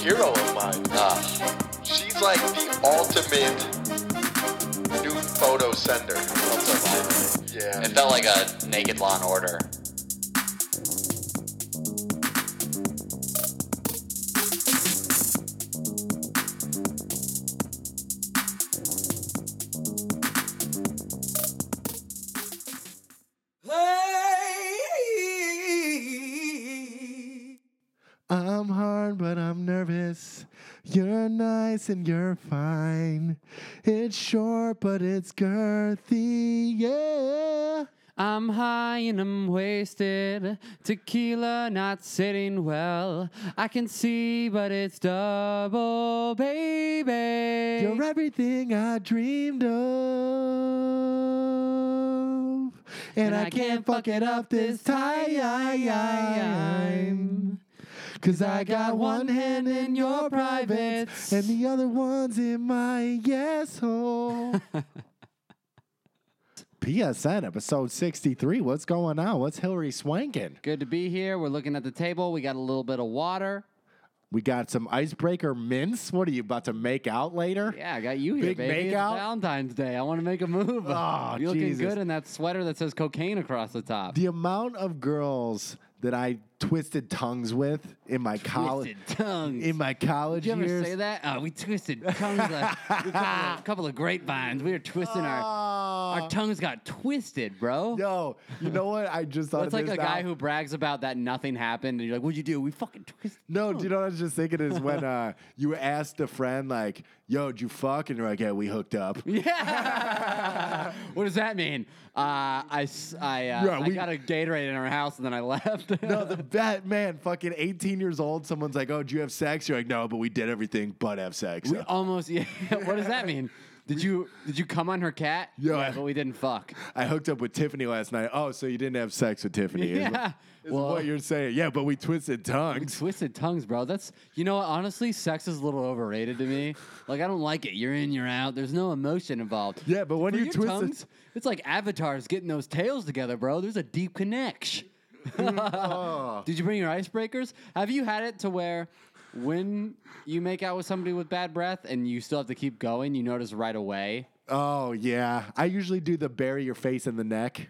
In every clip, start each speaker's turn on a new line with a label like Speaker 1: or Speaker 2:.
Speaker 1: hero of mine. She's like the ultimate nude photo sender.
Speaker 2: That's so
Speaker 1: Yeah.
Speaker 2: fine. It felt like a naked Law and Order.
Speaker 3: Play.
Speaker 4: I'm hard, but I'm nervous. You're nice and you're fine. It's short, but it's girthy. Yeah.
Speaker 3: I'm high and I'm wasted. Tequila not sitting well. I can see, but it's double, baby.
Speaker 4: You're everything I dreamed of. And, I, can't fuck it up this time. Cause I got one hand in your privates and the other one's in my yes hole. PSN episode 63. What's going on? What's Hillary swanking?
Speaker 3: Good to be here. We're looking at the table. We got a little bit of water.
Speaker 4: We got some icebreaker mints. What are you about to make out later?
Speaker 3: Yeah, I got you here,
Speaker 4: Big
Speaker 3: baby. It's
Speaker 4: makeout?
Speaker 3: Valentine's Day. I want to make a move.
Speaker 4: Oh,
Speaker 3: You're looking
Speaker 4: Jesus.
Speaker 3: good in that sweater that says cocaine across the top.
Speaker 4: The amount of girls that I twisted tongues with in my college
Speaker 3: Twisted tongues.
Speaker 4: in my college
Speaker 3: Did you ever
Speaker 4: years.
Speaker 3: say that? Oh, we twisted tongues. like, we caught a couple of grapevines. We were twisting our our
Speaker 4: Oh.
Speaker 3: tongues got twisted, bro.
Speaker 4: Yo, you know what? I just thought
Speaker 3: That's
Speaker 4: of
Speaker 3: like
Speaker 4: this
Speaker 3: a guy
Speaker 4: now.
Speaker 3: who brags about that nothing happened, and you're like, "What'd you do? We fucking twisted."
Speaker 4: No, do
Speaker 3: tongues."
Speaker 4: you know what I was just thinking is when uh, you asked a friend like, "Yo, did you fuck?" and you're like, "Yeah, we hooked up."
Speaker 3: Yeah. what does that mean? Uh, I s- I, uh,
Speaker 4: Yeah,
Speaker 3: I
Speaker 4: we-
Speaker 3: got a Gatorade in our house, and then I left.
Speaker 4: No, the that man, fucking 18 years old, someone's like, "Oh, did you have sex?" You're like, "No, but we did everything but have sex."
Speaker 3: we almost. Yeah. what does that mean? Did you did you come on her cat?
Speaker 4: Yeah.
Speaker 3: but we didn't fuck.
Speaker 4: I hooked up with Tiffany last night. Oh, so you didn't have sex with Tiffany? is what-
Speaker 3: Yeah.
Speaker 4: is
Speaker 3: Well-
Speaker 4: what you're saying? Yeah, but we twisted tongues.
Speaker 3: Twisted tongues, bro. That's you know what? Honestly, sex is a little overrated to me. Like I don't like it. You're in, you're out. There's no emotion involved.
Speaker 4: Yeah, but when
Speaker 3: For
Speaker 4: you
Speaker 3: your
Speaker 4: twist it-
Speaker 3: tongues, it's like avatars getting those tails together, bro. There's a deep connection.
Speaker 4: Mm, oh.
Speaker 3: Did you bring your icebreakers? Have you had it to where when you make out with somebody with bad breath and you still have to keep going, you notice right away?
Speaker 4: Oh yeah, I usually do the bury your face in the neck.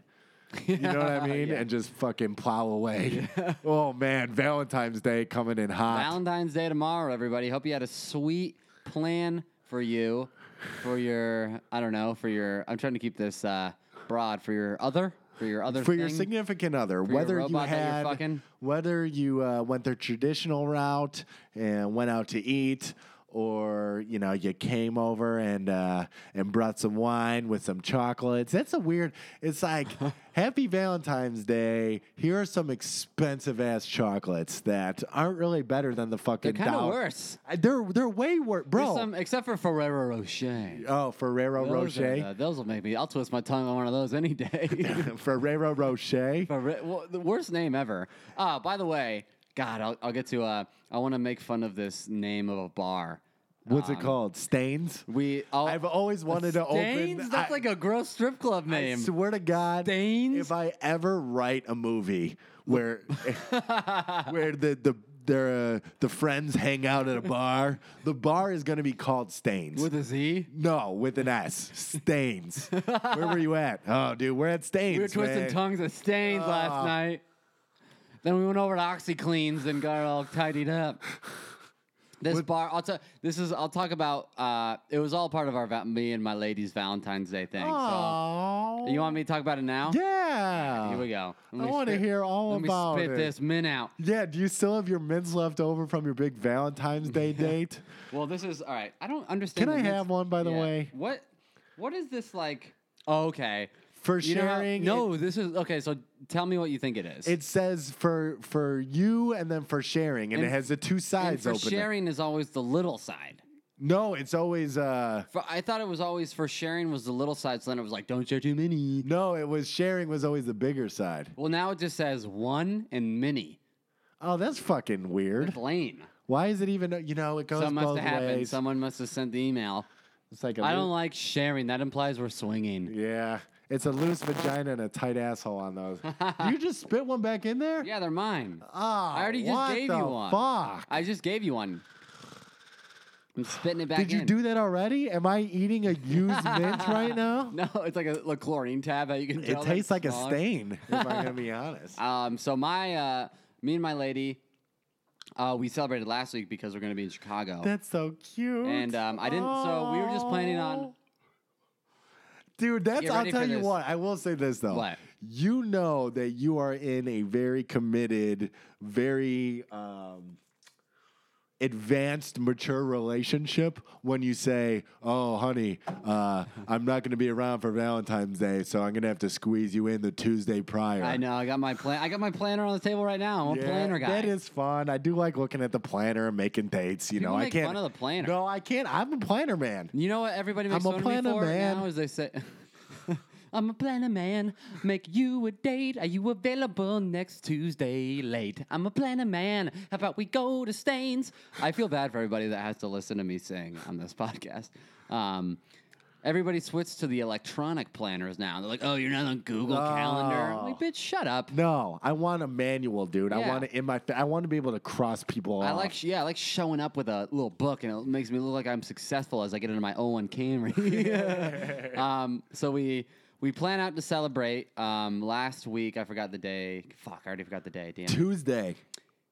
Speaker 4: You know what I mean? And just fucking plow away. Oh man, Valentine's Day coming in hot.
Speaker 3: Valentine's Day tomorrow, everybody. Hope you had a sweet plan for you, for your, I don't know, for your, I'm trying to keep this uh, broad, for your other, for your other
Speaker 4: for your
Speaker 3: thing.
Speaker 4: significant other,
Speaker 3: your
Speaker 4: whether you
Speaker 3: robot that you're
Speaker 4: had,
Speaker 3: fucking?
Speaker 4: whether you uh, went the traditional route and went out to eat, or you know you came over and uh, and brought some wine with some chocolates. That's a weird. It's like Happy Valentine's Day. Here are some expensive ass chocolates that aren't really better than the fucking.
Speaker 3: They're kinda
Speaker 4: dollar-
Speaker 3: worse.
Speaker 4: I- They're they're way worse,
Speaker 3: There's
Speaker 4: bro.
Speaker 3: some- except for Ferrero Rocher.
Speaker 4: oh, Ferrero
Speaker 3: Those are
Speaker 4: Rocher.
Speaker 3: the- those will make me, I'll twist my tongue on one of those any day.
Speaker 4: Ferrero Rocher.
Speaker 3: Ferre- well, the worst name ever. Ah, by the way, God, I'll, I'll get to, uh, I want to make fun of this name of a bar.
Speaker 4: What's
Speaker 3: Um,
Speaker 4: it called? Stains.
Speaker 3: We, I'll,
Speaker 4: I've always wanted to open.
Speaker 3: Stains? Oh, That's
Speaker 4: I-
Speaker 3: like a gross strip club
Speaker 4: I
Speaker 3: name.
Speaker 4: swear to God,
Speaker 3: Stains?
Speaker 4: if I ever write a movie where where the the their, uh, the friends hang out at a bar, the bar is going to be called Stains.
Speaker 3: With a Z?
Speaker 4: no, with an S. Stains. Where were you at? Oh, dude, we're at Stains.
Speaker 3: We were twisting
Speaker 4: man.
Speaker 3: tongues at stains
Speaker 4: Ah.
Speaker 3: last night. Then we went over to OxyCleans and got it all tidied up. This bar, I'll tell. This is I'll talk about. Uh, it was all part of our val- me and my lady's Valentine's Day thing.
Speaker 4: Aw.
Speaker 3: So you want me to talk about it now?
Speaker 4: Yeah.
Speaker 3: Here we go. Let
Speaker 4: I
Speaker 3: me
Speaker 4: wanna
Speaker 3: spit-
Speaker 4: hear all
Speaker 3: let
Speaker 4: about
Speaker 3: me spit
Speaker 4: it.
Speaker 3: this min out.
Speaker 4: Yeah, do you still have your mints left over from your big Valentine's Day date?
Speaker 3: Well, this is all right. I don't
Speaker 4: Can
Speaker 3: understand.
Speaker 4: I
Speaker 3: the
Speaker 4: have
Speaker 3: mix-
Speaker 4: one, by the
Speaker 3: Yeah.
Speaker 4: way?
Speaker 3: What? What is this like? Oh, okay.
Speaker 4: For
Speaker 3: You know how-
Speaker 4: sharing. it-
Speaker 3: no, this is okay. So tell me what you think it is.
Speaker 4: It says for for you and then for sharing, and,
Speaker 3: And-
Speaker 4: it has the two
Speaker 3: and
Speaker 4: sides
Speaker 3: for
Speaker 4: open.
Speaker 3: sharing is always the little side.
Speaker 4: No, it's always uh
Speaker 3: For, I thought it was always for sharing was the little side, so then it was like, don't share too many.
Speaker 4: no, it was sharing was always the bigger side.
Speaker 3: Well, now it just says one and mini.
Speaker 4: Oh, that's fucking weird.
Speaker 3: It's lame.
Speaker 4: Why is it even? You know, it goes
Speaker 3: Something must
Speaker 4: both
Speaker 3: have happened.
Speaker 4: ways.
Speaker 3: Someone must have sent the email.
Speaker 4: it's like a
Speaker 3: I don't
Speaker 4: loo-
Speaker 3: like sharing. That implies we're swinging.
Speaker 4: Yeah, it's a loose vagina and a tight asshole on those. you just spit one back in there.
Speaker 3: Yeah, they're mine.
Speaker 4: Ah,
Speaker 3: I already just
Speaker 4: what
Speaker 3: gave
Speaker 4: the
Speaker 3: you one.
Speaker 4: Fuck.
Speaker 3: I just gave you one. I'm spitting it back
Speaker 4: Did you
Speaker 3: in.
Speaker 4: do that already? Am I eating a used mint right now?
Speaker 3: No, it's like a, a chlorine tab. How you can tell
Speaker 4: It
Speaker 3: that
Speaker 4: tastes
Speaker 3: it's
Speaker 4: like a
Speaker 3: smaller.
Speaker 4: stain, if I'm going to be honest.
Speaker 3: Um, so my, uh, me and my lady, uh, we celebrated last week because we're going to be in Chicago.
Speaker 4: That's so cute.
Speaker 3: Oh. And, um, I didn't- so we were just planning on-
Speaker 4: Dude, that's.
Speaker 3: Get
Speaker 4: I'll
Speaker 3: ready for
Speaker 4: tell you
Speaker 3: this.
Speaker 4: what. I will say this though.
Speaker 3: What?
Speaker 4: You know that you are in a very committed, very um, advanced, mature relationship when you say, "Oh, honey, uh, I'm not going to be around for Valentine's Day, so I'm going to have to squeeze you in the Tuesday prior."
Speaker 3: I know. I got my plan. I got my planner on the table right now. I'm a
Speaker 4: Yeah,
Speaker 3: planner guy.
Speaker 4: That is fun. I do like looking at the planner and making dates. You
Speaker 3: People
Speaker 4: know,
Speaker 3: make
Speaker 4: I can't.
Speaker 3: fun of the planner.
Speaker 4: No, I can't. I'm a planner man.
Speaker 3: You know what everybody makes
Speaker 4: I'm a
Speaker 3: fun
Speaker 4: planner
Speaker 3: of me for
Speaker 4: man.
Speaker 3: now is they say, "I'm a planner man. Make you a date. Are you available next Tuesday late? I'm a planner man. How about we go to Stains?" I feel bad for everybody that has to listen to me sing on this podcast. Um, everybody switched to the electronic planners now. They're like, "Oh, you're not on Google Calendar." I'm
Speaker 4: Oh.
Speaker 3: like, bitch, shut up.
Speaker 4: No, I want a manual, dude. I
Speaker 3: Yeah.
Speaker 4: want to in my. I want to be able to cross people.
Speaker 3: I
Speaker 4: off.
Speaker 3: like, sh- yeah, I like showing up with a little book, and it makes me look like I'm successful as I get into my O1 Camry. um, so we we plan out to celebrate. Um, last week, I forgot the day. Fuck, I already forgot the day. Damn. it.
Speaker 4: Tuesday.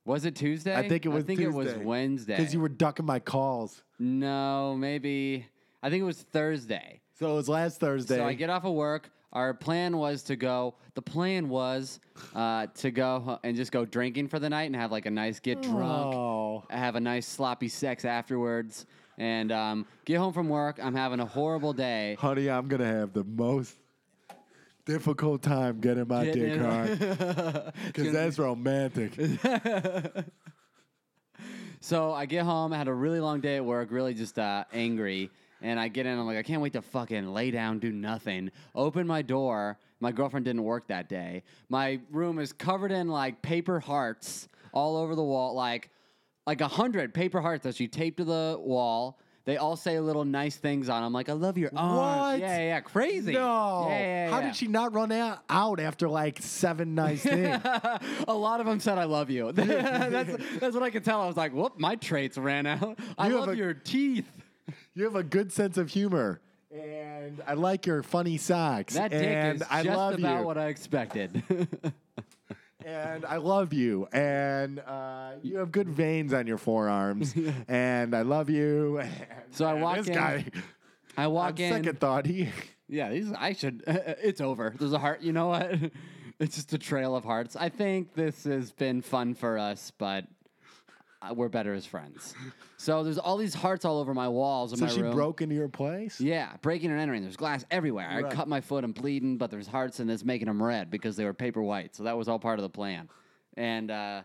Speaker 3: was it Tuesday?
Speaker 4: I think it was.
Speaker 3: I think it was Wednesday.
Speaker 4: because you were ducking my calls.
Speaker 3: no, maybe. I think it was Thursday.
Speaker 4: So it was last Thursday.
Speaker 3: So I get off of work. Our plan was to go. The plan was uh, to go and just go drinking for the night and have like a nice get drunk.
Speaker 4: Oh.
Speaker 3: I have a nice sloppy sex afterwards and um, get home from work. I'm having a horrible day.
Speaker 4: honey, I'm gonna have the most difficult time getting my
Speaker 3: Getting
Speaker 4: dick
Speaker 3: it-
Speaker 4: hard because that's romantic.
Speaker 3: So I get home. I had a really long day at work, really just uh, angry. And I get in. I'm like, I can't wait to fucking lay down, do nothing. Open my door. My girlfriend didn't work that day. My room is covered in like paper hearts all over the wall, like like a hundred paper hearts that she taped to the wall. They all say little nice things on them, like "I love your arms."
Speaker 4: What?
Speaker 3: Yeah, yeah, yeah, crazy.
Speaker 4: No.
Speaker 3: Yeah, yeah,
Speaker 4: How
Speaker 3: yeah.
Speaker 4: did she not run out, out after like seven nice things?
Speaker 3: a lot of them said I love you. that's that's what I could tell. I was like, whoop, my traits ran out. I
Speaker 4: You have
Speaker 3: love
Speaker 4: a-
Speaker 3: your teeth.
Speaker 4: You have a good sense of humor, and I like your funny socks.
Speaker 3: That dick
Speaker 4: and
Speaker 3: is
Speaker 4: I
Speaker 3: just
Speaker 4: love
Speaker 3: about
Speaker 4: you.
Speaker 3: what I expected.
Speaker 4: and I love you. And uh, you have good veins on your forearms. and I love you.
Speaker 3: So I
Speaker 4: And
Speaker 3: walk
Speaker 4: this
Speaker 3: in,
Speaker 4: Guy,
Speaker 3: I walk
Speaker 4: on
Speaker 3: in.
Speaker 4: second thought, he
Speaker 3: Yeah, these I should. it's over. There's a heart. You know what? it's just a trail of hearts. I think this has been fun for us, but. uh, We're better as friends. So there's all these hearts all over my walls in
Speaker 4: so
Speaker 3: my
Speaker 4: she
Speaker 3: room.
Speaker 4: broke into your place.
Speaker 3: Yeah, breaking and entering. There's glass everywhere.
Speaker 4: Right.
Speaker 3: I cut my foot, I'm bleeding, but there's hearts and it's making them red because they were paper white. So that was all part of the plan. And uh,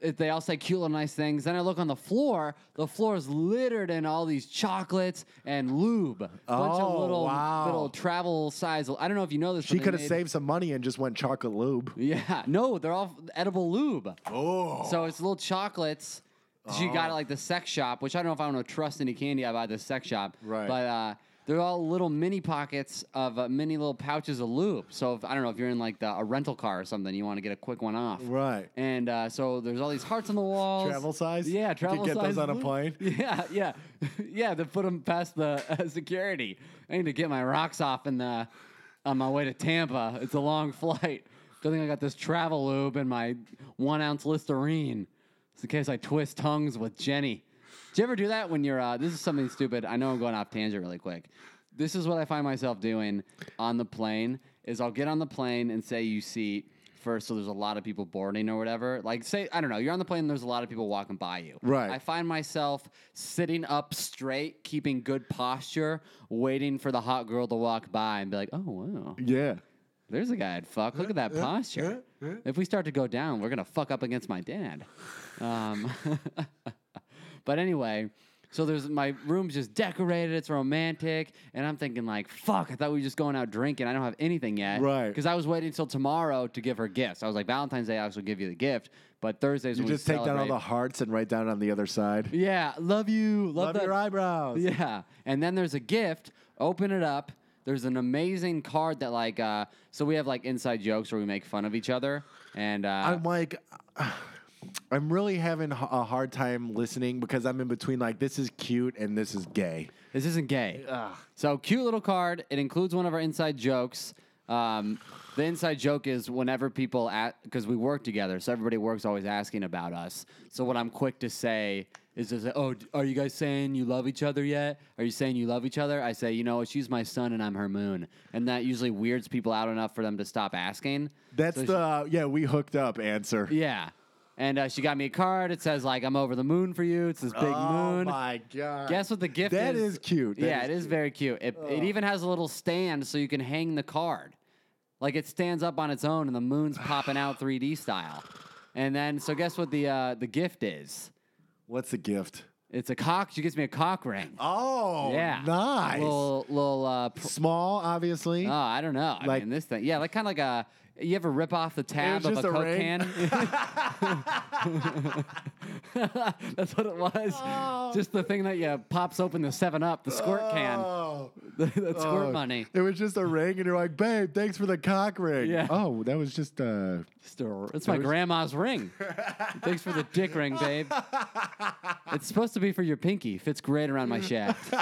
Speaker 3: it, they all say cute little nice things. Then I look on the floor. The floor is littered in all these chocolates and lube. Bunch of
Speaker 4: Oh,
Speaker 3: little
Speaker 4: wow.
Speaker 3: little travel size. I don't know if you know this.
Speaker 4: She
Speaker 3: but they
Speaker 4: could have
Speaker 3: made-
Speaker 4: saved some money and just went chocolate lube.
Speaker 3: Yeah, no, they're all edible lube.
Speaker 4: Oh,
Speaker 3: So it's little chocolates. She got it like the sex shop, which I don't know if I want to trust any candy I buy at the sex shop.
Speaker 4: Right.
Speaker 3: But uh, they're all little mini pockets of uh, mini little pouches of lube. So if, I don't know if you're in like the, a rental car or something, you want to get a quick one off.
Speaker 4: right.
Speaker 3: And uh, so there's all these hearts on the walls.
Speaker 4: Travel size.
Speaker 3: Yeah, travel
Speaker 4: You could get
Speaker 3: size
Speaker 4: those on a
Speaker 3: lube.
Speaker 4: plane.
Speaker 3: Yeah, yeah, yeah. To put them past the uh, security. I need to get my rocks off in the on my way to Tampa. It's a long flight. Good thing I got this travel lube and my one ounce Listerine, just in case I twist tongues with Jenny. Do you ever do that when you're? Uh, this is something stupid. I know I'm going off tangent really quick. This is what I find myself doing on the plane. Is I'll get on the plane and say you see. First, so there's a lot of people boarding or whatever. Like, say, I don't know, you're on the plane and there's a lot of people walking by you.
Speaker 4: Right.
Speaker 3: I find myself sitting up straight, keeping good posture, waiting for the hot girl to walk by and be like, oh, wow,
Speaker 4: Yeah.
Speaker 3: there's a guy I'd fuck. Look at that posture. If we start to go down, we're going to fuck up against my dad. Um, but anyway. So there's my room's just decorated, it's romantic, and I'm thinking like, fuck, I thought we were just going out drinking. I don't have anything yet.
Speaker 4: Right.
Speaker 3: Because I was waiting until tomorrow to give her gifts. I was like, Valentine's Day, I will give you the gift, but Thursdays
Speaker 4: You
Speaker 3: when
Speaker 4: just
Speaker 3: we
Speaker 4: take down all
Speaker 3: celebrate-
Speaker 4: the hearts and write down on the other side.
Speaker 3: Yeah, love you. Love,
Speaker 4: Love
Speaker 3: that.
Speaker 4: your eyebrows.
Speaker 3: Yeah, and then there's a gift. Open it up. There's an amazing card that like uh, so we have like inside jokes where we make fun of each other and uh,
Speaker 4: I'm like, I'm really having h- a hard time listening because I'm in between like this is cute and this is gay.
Speaker 3: This isn't gay. So cute little card. It includes one of our inside jokes. Um, the inside joke is whenever people at because we work together, so everybody works always asking about us. So what I'm quick to say is, is oh, d- are you guys saying you love each other yet? Are you saying you love each other? I say, you know, she's my sun and I'm her moon, and that usually weirds people out enough for them to stop asking.
Speaker 4: That's
Speaker 3: So she-
Speaker 4: the uh, yeah we hooked up answer.
Speaker 3: yeah. And uh, she got me a card. It says like I'm over the moon for you. It's this big
Speaker 4: oh
Speaker 3: moon.
Speaker 4: my god.
Speaker 3: Guess what the gift
Speaker 4: That
Speaker 3: is?
Speaker 4: is cute. Oh. That
Speaker 3: yeah,
Speaker 4: is
Speaker 3: it is very cute. It, it even has a little stand so you can hang the card. Like it stands up on its own and the moon's popping out 3D style. And then, so guess what the uh, the gift is?
Speaker 4: What's the gift?
Speaker 3: It's a cock. She gets me a cock ring.
Speaker 4: Oh,
Speaker 3: yeah,
Speaker 4: nice.
Speaker 3: Little little. Uh, pr-
Speaker 4: Small, obviously.
Speaker 3: oh, I don't know. I
Speaker 4: Like-
Speaker 3: mean, this thing. Yeah, like kind of like a. You ever rip off the tab of a
Speaker 4: just a
Speaker 3: coke
Speaker 4: ring.
Speaker 3: can? That's what it was.
Speaker 4: Oh.
Speaker 3: Just the thing that yeah pops open the Seven Up, the squirt can,
Speaker 4: Oh,
Speaker 3: that squirt
Speaker 4: oh.
Speaker 3: money.
Speaker 4: It was just a ring, and you're like, babe, thanks for the cock ring.
Speaker 3: Yeah.
Speaker 4: Oh, that was just uh
Speaker 3: It's my
Speaker 4: was-
Speaker 3: grandma's ring. Thanks for the dick ring, babe. It's supposed to be for your pinky. Fits great around my shaft.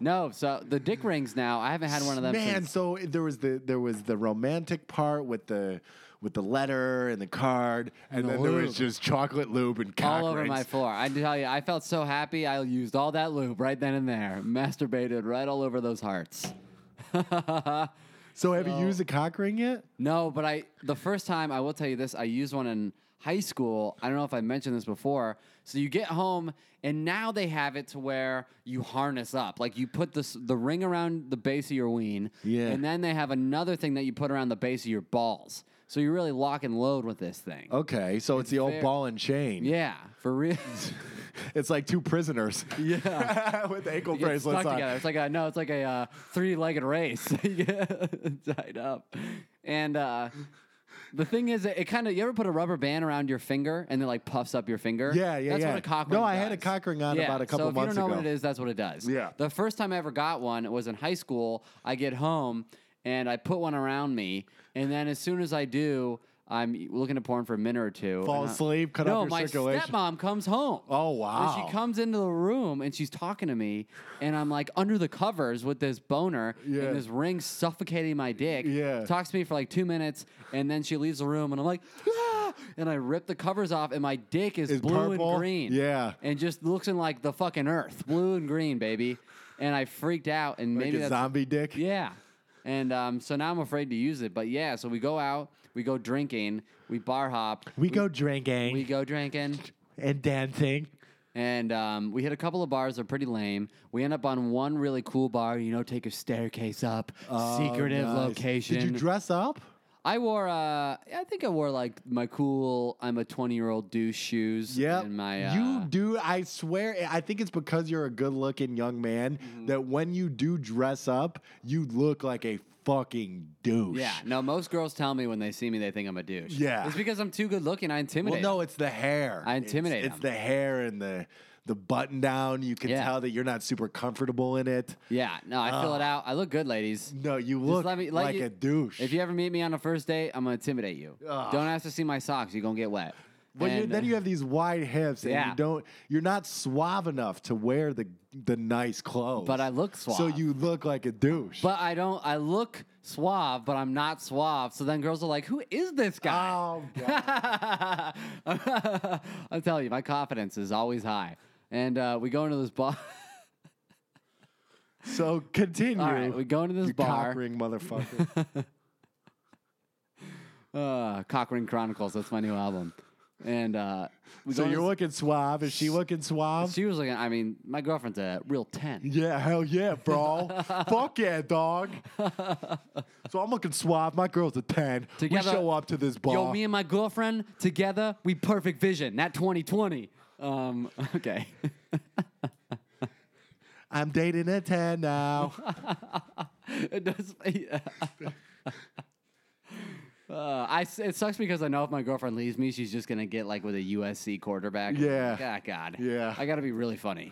Speaker 3: No, so the dick rings now. I haven't had one of them.
Speaker 4: Man,
Speaker 3: since-
Speaker 4: so there was the there was the romantic part with the with the letter and the card, and,
Speaker 3: the
Speaker 4: then there
Speaker 3: lube.
Speaker 4: was just chocolate lube and cock
Speaker 3: all over
Speaker 4: rings.
Speaker 3: my floor. I tell you, I felt so happy. I used all that lube right then and there. Masturbated right all over those hearts.
Speaker 4: So have you used a cock ring yet?
Speaker 3: No, but I the first time I will tell you this, I used one in high school. I don't know if I mentioned this before. So you get home and now they have it to where you harness up. Like you put this the ring around the base of your ween.
Speaker 4: Yeah.
Speaker 3: And then they have another thing that you put around the base of your balls. So you really lock and load with this thing.
Speaker 4: Okay, so it's, the old
Speaker 3: fair.
Speaker 4: ball and chain.
Speaker 3: Yeah, for real.
Speaker 4: It's like two prisoners.
Speaker 3: yeah.
Speaker 4: with ankle
Speaker 3: You get
Speaker 4: bracelets
Speaker 3: stuck
Speaker 4: on.
Speaker 3: together. It's like a no. It's like a uh, three-legged race. You get tied up, and uh, the thing is, it, kind of. You ever put a rubber band around your finger and it like puffs up your finger?
Speaker 4: Yeah, yeah,
Speaker 3: That's
Speaker 4: yeah.
Speaker 3: what a cock
Speaker 4: No,
Speaker 3: ring
Speaker 4: I had a
Speaker 3: does.
Speaker 4: cock ring on
Speaker 3: Yeah,
Speaker 4: about a couple
Speaker 3: so if
Speaker 4: months
Speaker 3: you don't know
Speaker 4: ago.
Speaker 3: what it is, that's what it does.
Speaker 4: Yeah.
Speaker 3: The first time I ever got one was in high school. I get home and I put one around me, and then as soon as I do. I'm looking at porn for a minute or two.
Speaker 4: Fall
Speaker 3: and I-
Speaker 4: asleep, cut
Speaker 3: no,
Speaker 4: off your
Speaker 3: my
Speaker 4: circulation.
Speaker 3: stepmom comes home.
Speaker 4: Oh,
Speaker 3: And
Speaker 4: wow.
Speaker 3: she comes into the room and she's talking to me, and I'm like under the covers with this boner
Speaker 4: Yeah.
Speaker 3: and this ring suffocating my dick.
Speaker 4: Yeah.
Speaker 3: Talks to me for like two minutes, and then she leaves the room, and I'm like, "Ah!" and I rip the covers off, and my dick is
Speaker 4: It's
Speaker 3: blue
Speaker 4: purple?
Speaker 3: and green.
Speaker 4: Yeah.
Speaker 3: And just looks in like the fucking earth, blue and green, baby. And I freaked out, and
Speaker 4: Like
Speaker 3: maybe
Speaker 4: a
Speaker 3: that's
Speaker 4: zombie dick.
Speaker 3: yeah. And um, so now I'm afraid to use it, but yeah. So we go out, we go drinking, we bar hop,
Speaker 4: We go drinking
Speaker 3: we go drinking.
Speaker 4: and dancing.
Speaker 3: And um, we hit a couple of bars that are pretty lame. We end up on one really cool bar, you know, take a staircase up, secretive
Speaker 4: Oh, nice.
Speaker 3: location.
Speaker 4: Did you dress up?
Speaker 3: I wore, uh, I think I wore like my cool, I'm a 20 year old douche shoes.
Speaker 4: Yeah.
Speaker 3: And my, uh,
Speaker 4: you do. I swear. eh, I think it's because you're a good-looking young man
Speaker 3: Mm-hmm.
Speaker 4: that when you do dress up, you look like a fucking douche.
Speaker 3: Yeah. No, most girls tell me when they see me, they think I'm a douche.
Speaker 4: Yeah.
Speaker 3: It's because I'm too good looking. I
Speaker 4: Well,
Speaker 3: intimidate.
Speaker 4: no, it's the hair.
Speaker 3: I
Speaker 4: It's-
Speaker 3: intimidate
Speaker 4: It's,
Speaker 3: them.
Speaker 4: the hair and the the button down. You can
Speaker 3: Yeah.
Speaker 4: tell that you're not super comfortable in it. Ah.
Speaker 3: them. Yeah. No, I fill it out. I look good, ladies.
Speaker 4: No, you look
Speaker 3: let me- let
Speaker 4: like
Speaker 3: you-
Speaker 4: a douche.
Speaker 3: If you ever meet me on a first date, I'm going to intimidate you.
Speaker 4: Ugh.
Speaker 3: Don't ask to see my socks. You're going to get wet.
Speaker 4: Ah. Well, you,
Speaker 3: And,
Speaker 4: then
Speaker 3: uh,
Speaker 4: you have these wide hips, and
Speaker 3: Yeah.
Speaker 4: you don't. You're not suave enough to wear the the nice clothes.
Speaker 3: But I look suave.
Speaker 4: So you look like a douche.
Speaker 3: But I don't. I look suave, but I'm not suave. So then girls are like, "Who is this guy?"
Speaker 4: oh god.
Speaker 3: I'm telling you, my confidence is always high. And uh, we go into this bar.
Speaker 4: so continue.
Speaker 3: All right, we go into this
Speaker 4: you
Speaker 3: bar.
Speaker 4: cock ring motherfucker.
Speaker 3: Uh, Cochrane Chronicles. That's my new album. And uh, we
Speaker 4: so
Speaker 3: go
Speaker 4: you're
Speaker 3: into
Speaker 4: looking suave. Is she looking
Speaker 3: this-
Speaker 4: suave?
Speaker 3: She was like, I mean, my girlfriend's a real ten.
Speaker 4: yeah, hell yeah, bro. Fuck yeah, dog. So I'm looking suave. My girl's a ten.
Speaker 3: Together-
Speaker 4: we show up to this bar.
Speaker 3: Yo, me and my girlfriend together, we perfect vision. Not 2020. Um, okay.
Speaker 4: I'm dating a ten now.
Speaker 3: it does. Yeah. Uh, I s- it sucks because I know if my girlfriend leaves me, she's just gonna get like with a USC quarterback.
Speaker 4: Yeah.
Speaker 3: Ah, God.
Speaker 4: Yeah.
Speaker 3: I gotta be really funny.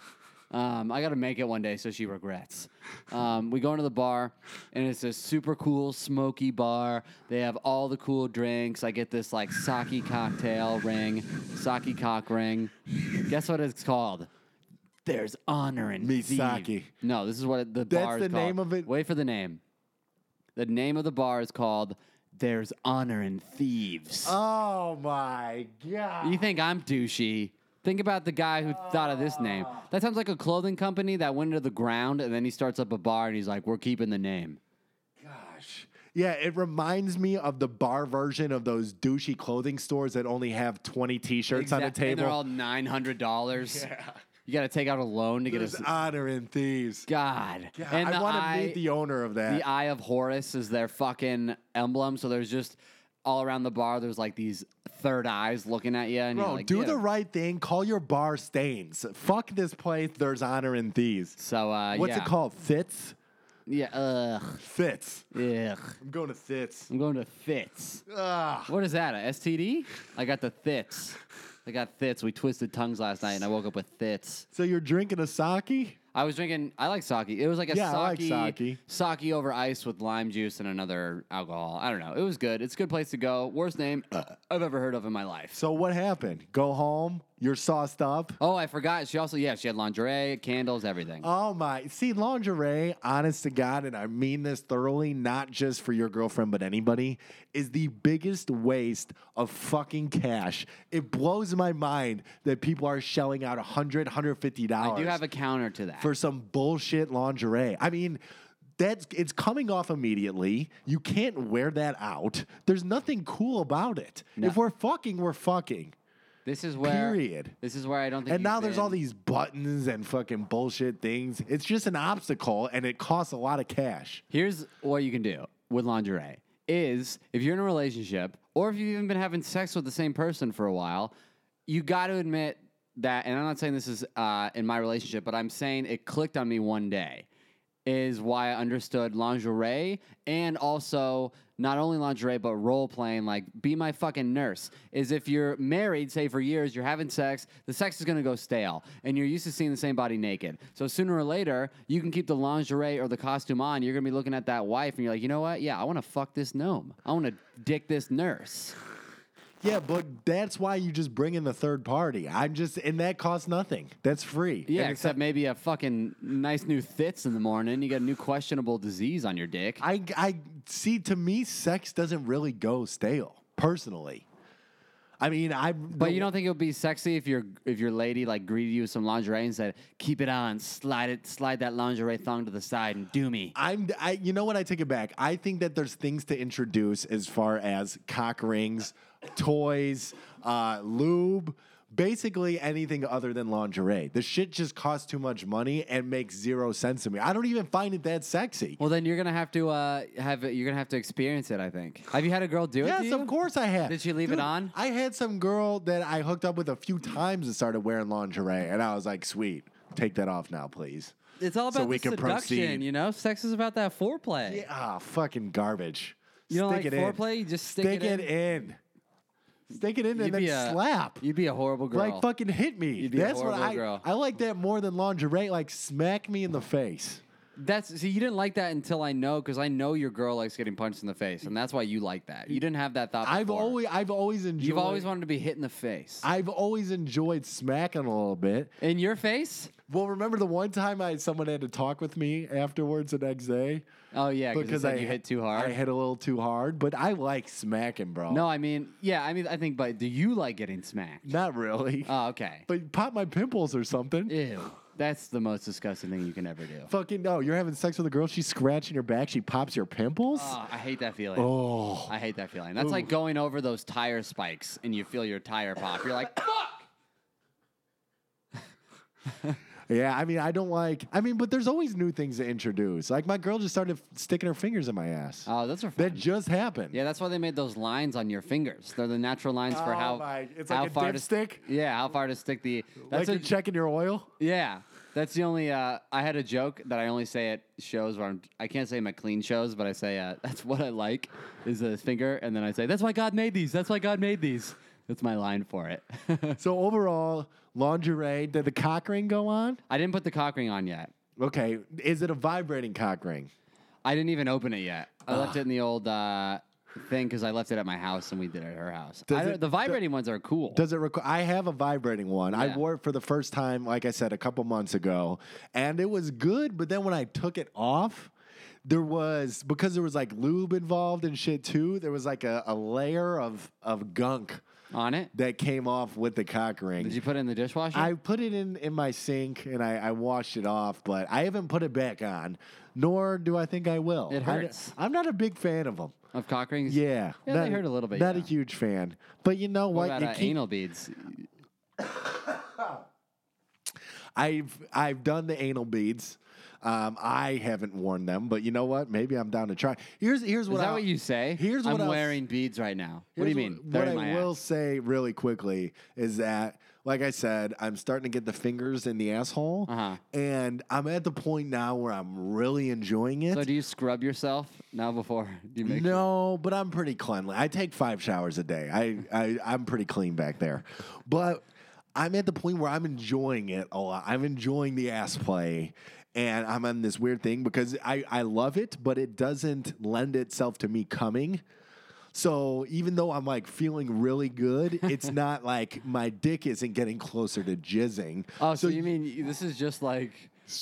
Speaker 3: Um, I got to make it one day so she regrets. Um, we go into the bar, and it's a super cool smoky bar. They have all the cool drinks. I get this like sake cocktail ring, sake cock ring. Guess what it's called? There's honor in
Speaker 4: Misaki.
Speaker 3: thee. No, this is what it, the
Speaker 4: That's
Speaker 3: bar is
Speaker 4: the
Speaker 3: called.
Speaker 4: name of it?
Speaker 3: Wait for the name. The name of the bar is called There's Honor in Thieves.
Speaker 4: Oh my god.
Speaker 3: You think I'm douchey? Think about the guy who thought of this name. That sounds like a clothing company that went into the ground and then he starts up a bar and he's like, "We're keeping the name."
Speaker 4: Gosh. Yeah, it reminds me of the bar version of those douchey clothing stores that only have 20 t-shirts on the
Speaker 3: Exact- And
Speaker 4: table.
Speaker 3: they're all nine hundred dollars. You got to take out a loan to get
Speaker 4: There's
Speaker 3: us.
Speaker 4: honor in thieves.
Speaker 3: God.
Speaker 4: God,
Speaker 3: and
Speaker 4: I
Speaker 3: the
Speaker 4: want
Speaker 3: eye-
Speaker 4: to meet the owner of that.
Speaker 3: The Eye of Horus is their fucking emblem. So there's just all around the bar. There's like these third eyes looking at you. And
Speaker 4: Bro,
Speaker 3: you're like,
Speaker 4: do
Speaker 3: yeah.
Speaker 4: the right thing. Call your bar stains. Fuck this place. There's honor in thieves.
Speaker 3: So uh,
Speaker 4: What's
Speaker 3: yeah.
Speaker 4: it called? Fitz?
Speaker 3: Yeah. Ugh.
Speaker 4: Fitz.
Speaker 3: Ugh.
Speaker 4: I'm going to Fitz.
Speaker 3: I'm going to Fitz.
Speaker 4: Ah.
Speaker 3: What is that? A STD? I got the fits. I got fits. We twisted tongues last night, and I woke up with fits.
Speaker 4: So you're drinking a sake?
Speaker 3: I was drinking. I like sake. It was like a
Speaker 4: Yeah, I like
Speaker 3: sake,
Speaker 4: sake.
Speaker 3: sake over ice with lime juice and another alcohol. I don't know. It was good. It's a good place to go. Worst name I've ever heard of in my life.
Speaker 4: So what happened? Go home. You're sauced up.
Speaker 3: Oh, I forgot. She also yeah, she had lingerie, candles, everything.
Speaker 4: Oh my! See, lingerie, honest to God, and I mean this thoroughly, not just for your girlfriend, but anybody, is the biggest waste of fucking cash. It blows my mind that people are shelling out 100 $150
Speaker 3: I do have a counter to that.
Speaker 4: for some bullshit lingerie. I mean, that's it's coming off immediately. You can't wear that out. There's nothing cool about it. If we're fucking, we're fucking.
Speaker 3: this is where
Speaker 4: Period.
Speaker 3: This is where I don't think.
Speaker 4: And now
Speaker 3: you've
Speaker 4: there's all
Speaker 3: been.
Speaker 4: these buttons and fucking bullshit things. It's just an obstacle and it costs a lot of cash.
Speaker 3: Here's what you can do with lingerie is if you're in a relationship or if you've even been having sex with the same person for a while, you got to admit that, and I'm not saying this is uh, in my relationship, but I'm saying it clicked on me one day is why I understood lingerie and also not only lingerie but role playing like be my fucking nurse is if you're married say for years you're having sex the sex is going to go stale and you're used to seeing the same body naked so sooner or later you can keep the lingerie or the costume on you're going to be looking at that wife and you're like you know what yeah I want to fuck this gnome I want to dick this nurse
Speaker 4: Yeah, but that's why you just bring in the third party. I'm just, and that costs nothing. That's free.
Speaker 3: yeah
Speaker 4: And it's-
Speaker 3: except maybe a fucking nice new fits in the morning you got a new questionable disease on your dick
Speaker 4: I, I see. To me, sex doesn't really go stale. Personally, I mean, I.
Speaker 3: But you don't think it would be sexy if your if your lady like greeted you with some lingerie and said, "Keep it on, slide it, slide that lingerie thong to the side and do me."
Speaker 4: I'm, I, you know what? I take it back. I think that there's things to introduce as far as cock rings, toys, uh, lube, basically anything other than lingerie. The shit just costs too much money and makes zero sense to me. I don't even find it that sexy.
Speaker 3: Well, then you're gonna have to uh, have it, you're gonna have to experience it. I think. Have you had a girl do it? to
Speaker 4: Yes,
Speaker 3: you?
Speaker 4: of course I have.
Speaker 3: Did she leave it on?
Speaker 4: I had some girl that I hooked up with a few times and started wearing lingerie, and I was like, "Sweet, take that off now, please."
Speaker 3: It's all
Speaker 4: So
Speaker 3: about
Speaker 4: we
Speaker 3: the
Speaker 4: can
Speaker 3: seduction,
Speaker 4: proceed.
Speaker 3: you know. Sex is about that foreplay.
Speaker 4: Yeah, ah, fucking garbage.
Speaker 3: You don't
Speaker 4: stick
Speaker 3: like
Speaker 4: it in.
Speaker 3: foreplay? You just stick
Speaker 4: stick,
Speaker 3: it
Speaker 4: it, in. Stick it in
Speaker 3: You'd
Speaker 4: and then
Speaker 3: be a-
Speaker 4: slap.
Speaker 3: You'd be a horrible girl.
Speaker 4: Like fucking hit me.
Speaker 3: You'd be a
Speaker 4: That's what
Speaker 3: horrible
Speaker 4: I
Speaker 3: girl.
Speaker 4: I like that more than lingerie. Like smack me in the face.
Speaker 3: That's see, you didn't like that until I know because I know your girl likes getting punched in the face, and that's why you like that. You didn't have that thought.
Speaker 4: I've
Speaker 3: before.
Speaker 4: always I've always enjoyed.
Speaker 3: you've always wanted to be hit in the face.
Speaker 4: I've always enjoyed smacking a little bit.
Speaker 3: in your face?
Speaker 4: Well, remember the one time I someone had to talk with me afterwards the next day
Speaker 3: Oh yeah, because
Speaker 4: I
Speaker 3: you hit too hard.
Speaker 4: I hit a little too hard, but I like smacking, bro.
Speaker 3: no, I mean, yeah, I mean, I think, but do you like getting smacked?
Speaker 4: not really.
Speaker 3: Oh, okay.
Speaker 4: but pop my pimples or something.
Speaker 3: Ew, that's the most disgusting thing you can ever do.
Speaker 4: Fucking no! You're having sex with a girl. She's scratching your back. She pops your pimples.
Speaker 3: Ah, I hate that feeling.
Speaker 4: oh.
Speaker 3: I hate that feeling. That's like going over those tire spikes and you feel your tire pop. You're like,
Speaker 4: Yeah, I mean, I don't like. I mean, but there's always new things to introduce. Like my girl just started f- sticking her fingers in my ass.
Speaker 3: oh, those are
Speaker 4: that
Speaker 3: fun.
Speaker 4: just happened.
Speaker 3: yeah, that's why they made those lines on your fingers. They're the natural lines for
Speaker 4: Oh
Speaker 3: how
Speaker 4: my- it's
Speaker 3: how
Speaker 4: like a
Speaker 3: far to
Speaker 4: dipstick?
Speaker 3: Yeah, how far to stick the. That's
Speaker 4: like
Speaker 3: a,
Speaker 4: you're checking your oil.
Speaker 3: Yeah, that's the only. Uh, I had a joke that I only say at shows where I'm. I can't say McLean shows, but I say uh, that's what I like is a finger, and then I say that's why God made these. That's why God made these. That's my line for it.
Speaker 4: So overall, lingerie. Did the cock ring go on?
Speaker 3: I didn't put the cock ring on yet.
Speaker 4: Okay. Is it a vibrating cock ring?
Speaker 3: I didn't even open it yet. I left it in the old uh, thing because I left it at my house and we did it at her house. I
Speaker 4: Does
Speaker 3: don't-
Speaker 4: it-
Speaker 3: the vibrating ones are cool.
Speaker 4: Does it require? I have a vibrating one. I
Speaker 3: Yeah.
Speaker 4: wore it for the first time, like I said, a couple months ago, and it was good. But then when I took it off, there was because there was like lube involved and shit too. There was like a, a layer of of gunk
Speaker 3: on it?
Speaker 4: that came off with the cock ring.
Speaker 3: Did you put it in the dishwasher?
Speaker 4: I put it in in my sink and I, I washed it off, but I haven't put it back on. Nor do I think I will.
Speaker 3: It
Speaker 4: I-
Speaker 3: hurts.
Speaker 4: I'm not a big fan of them.
Speaker 3: of cock rings?
Speaker 4: Yeah,
Speaker 3: Yeah,
Speaker 4: not,
Speaker 3: they hurt a little bit,
Speaker 4: Not
Speaker 3: yeah.
Speaker 4: a huge fan, but you know
Speaker 3: What
Speaker 4: what?
Speaker 3: about
Speaker 4: You
Speaker 3: uh,
Speaker 4: keep-
Speaker 3: anal beads?
Speaker 4: I've I've done the anal beads. Um, I haven't worn them, but you know what? Maybe I'm down to try. Here's here's
Speaker 3: Is
Speaker 4: what
Speaker 3: that
Speaker 4: I,
Speaker 3: what you say?
Speaker 4: Here's what
Speaker 3: I'm
Speaker 4: I'll-
Speaker 3: wearing beads right now. What do you
Speaker 4: Here's
Speaker 3: mean?
Speaker 4: wh-
Speaker 3: They're
Speaker 4: What,
Speaker 3: in my
Speaker 4: I will
Speaker 3: ass.
Speaker 4: say really quickly is that, like I said, I'm starting to get the fingers in the asshole,
Speaker 3: Uh-huh.
Speaker 4: and I'm at the point now where I'm really enjoying it.
Speaker 3: So do you scrub yourself now before you make? sure-
Speaker 4: no, but I'm pretty cleanly. I take five showers a day. I, I I'm pretty clean back there, but I'm at the point where I'm enjoying it a lot. I'm enjoying the ass play, and I'm on this weird thing because I I love it, but it doesn't lend itself to me coming. So even though I'm like feeling really good, it's not like my dick isn't getting closer to jizzing.
Speaker 3: Oh, so, you mean you- this is just like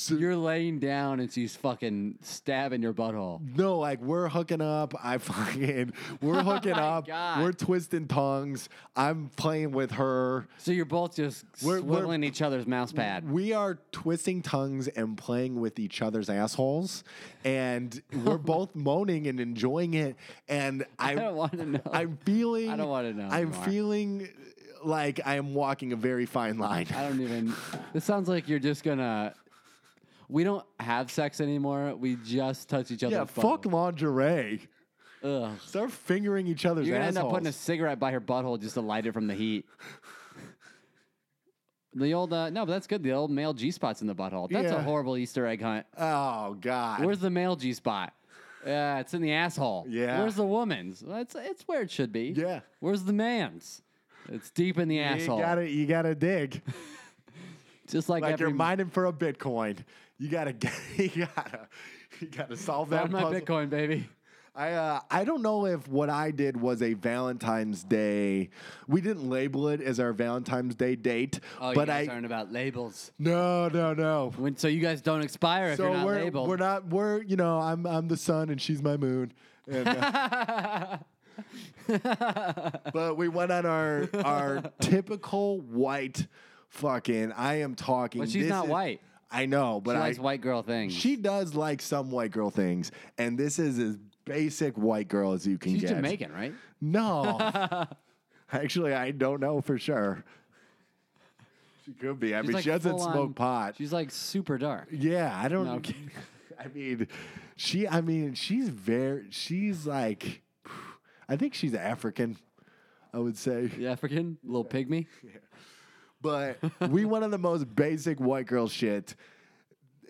Speaker 3: you're laying down and she's fucking stabbing your butthole?
Speaker 4: No, like we're hooking up. I fucking we're hooking
Speaker 3: my
Speaker 4: up.
Speaker 3: God.
Speaker 4: We're twisting tongues. I'm playing with her.
Speaker 3: So you're both just
Speaker 4: We're- we're-
Speaker 3: swiveling each other's mouse pad.
Speaker 4: We are twisting tongues and playing with each other's assholes, and we're both moaning and enjoying it. And I,
Speaker 3: I don't want to know.
Speaker 4: I'm feeling.
Speaker 3: I don't wanna know
Speaker 4: I'm
Speaker 3: anymore.
Speaker 4: feeling like I am walking a very fine line.
Speaker 3: I don't even. This sounds like you're just gonna. We don't have sex anymore. We just touch each other.
Speaker 4: yeah, fuck lingerie.
Speaker 3: Ugh.
Speaker 4: Start fingering each other's
Speaker 3: You're gonna
Speaker 4: assholes.
Speaker 3: end up putting a cigarette by her butthole just to light it from the heat. The old uh, no, but that's good. The old male G spot's in the butthole. That's a
Speaker 4: Yeah.
Speaker 3: horrible Easter egg hunt.
Speaker 4: oh God.
Speaker 3: Where's the male G spot? Uh, it's in the asshole.
Speaker 4: Yeah.
Speaker 3: Where's the woman's? That's it's where it should be.
Speaker 4: Yeah.
Speaker 3: Where's the man's? It's deep in the
Speaker 4: you
Speaker 3: asshole.
Speaker 4: gotta, you gotta dig.
Speaker 3: Just like,
Speaker 4: like
Speaker 3: every
Speaker 4: you're mining for a Bitcoin. You gotta get, you gotta, you gotta solve that
Speaker 3: Found my
Speaker 4: puzzle.
Speaker 3: Bitcoin baby.
Speaker 4: I uh, I don't know if what I did was a Valentine's Day. We didn't label it as our Valentine's Day date,
Speaker 3: Oh,
Speaker 4: but
Speaker 3: you guys
Speaker 4: I
Speaker 3: aren't about labels.
Speaker 4: no no no.
Speaker 3: When so you guys don't expire if
Speaker 4: so
Speaker 3: you're not
Speaker 4: we're
Speaker 3: labeled.
Speaker 4: we're not we're you know I'm I'm the sun and she's my moon. And, uh, but we went on our our typical white fucking. I am talking.
Speaker 3: But she's
Speaker 4: this
Speaker 3: not
Speaker 4: is-
Speaker 3: white.
Speaker 4: I know, but
Speaker 3: she
Speaker 4: I
Speaker 3: likes white girl things.
Speaker 4: She does like some white girl things, and this is as basic white girl as you can
Speaker 3: She's
Speaker 4: get.
Speaker 3: Jamaican, right?
Speaker 4: No. Actually, I don't know for sure. She could be. I
Speaker 3: She's
Speaker 4: mean,
Speaker 3: like
Speaker 4: she doesn't
Speaker 3: full
Speaker 4: smoke
Speaker 3: on-
Speaker 4: pot.
Speaker 3: She's like super dark.
Speaker 4: Yeah, I don't.
Speaker 3: No, I'm
Speaker 4: know.
Speaker 3: kidding.
Speaker 4: I mean, she. I mean, she's very. She's like. I think she's African. I would say.
Speaker 3: The African little pygmy.
Speaker 4: but we went on the most basic white girl shit.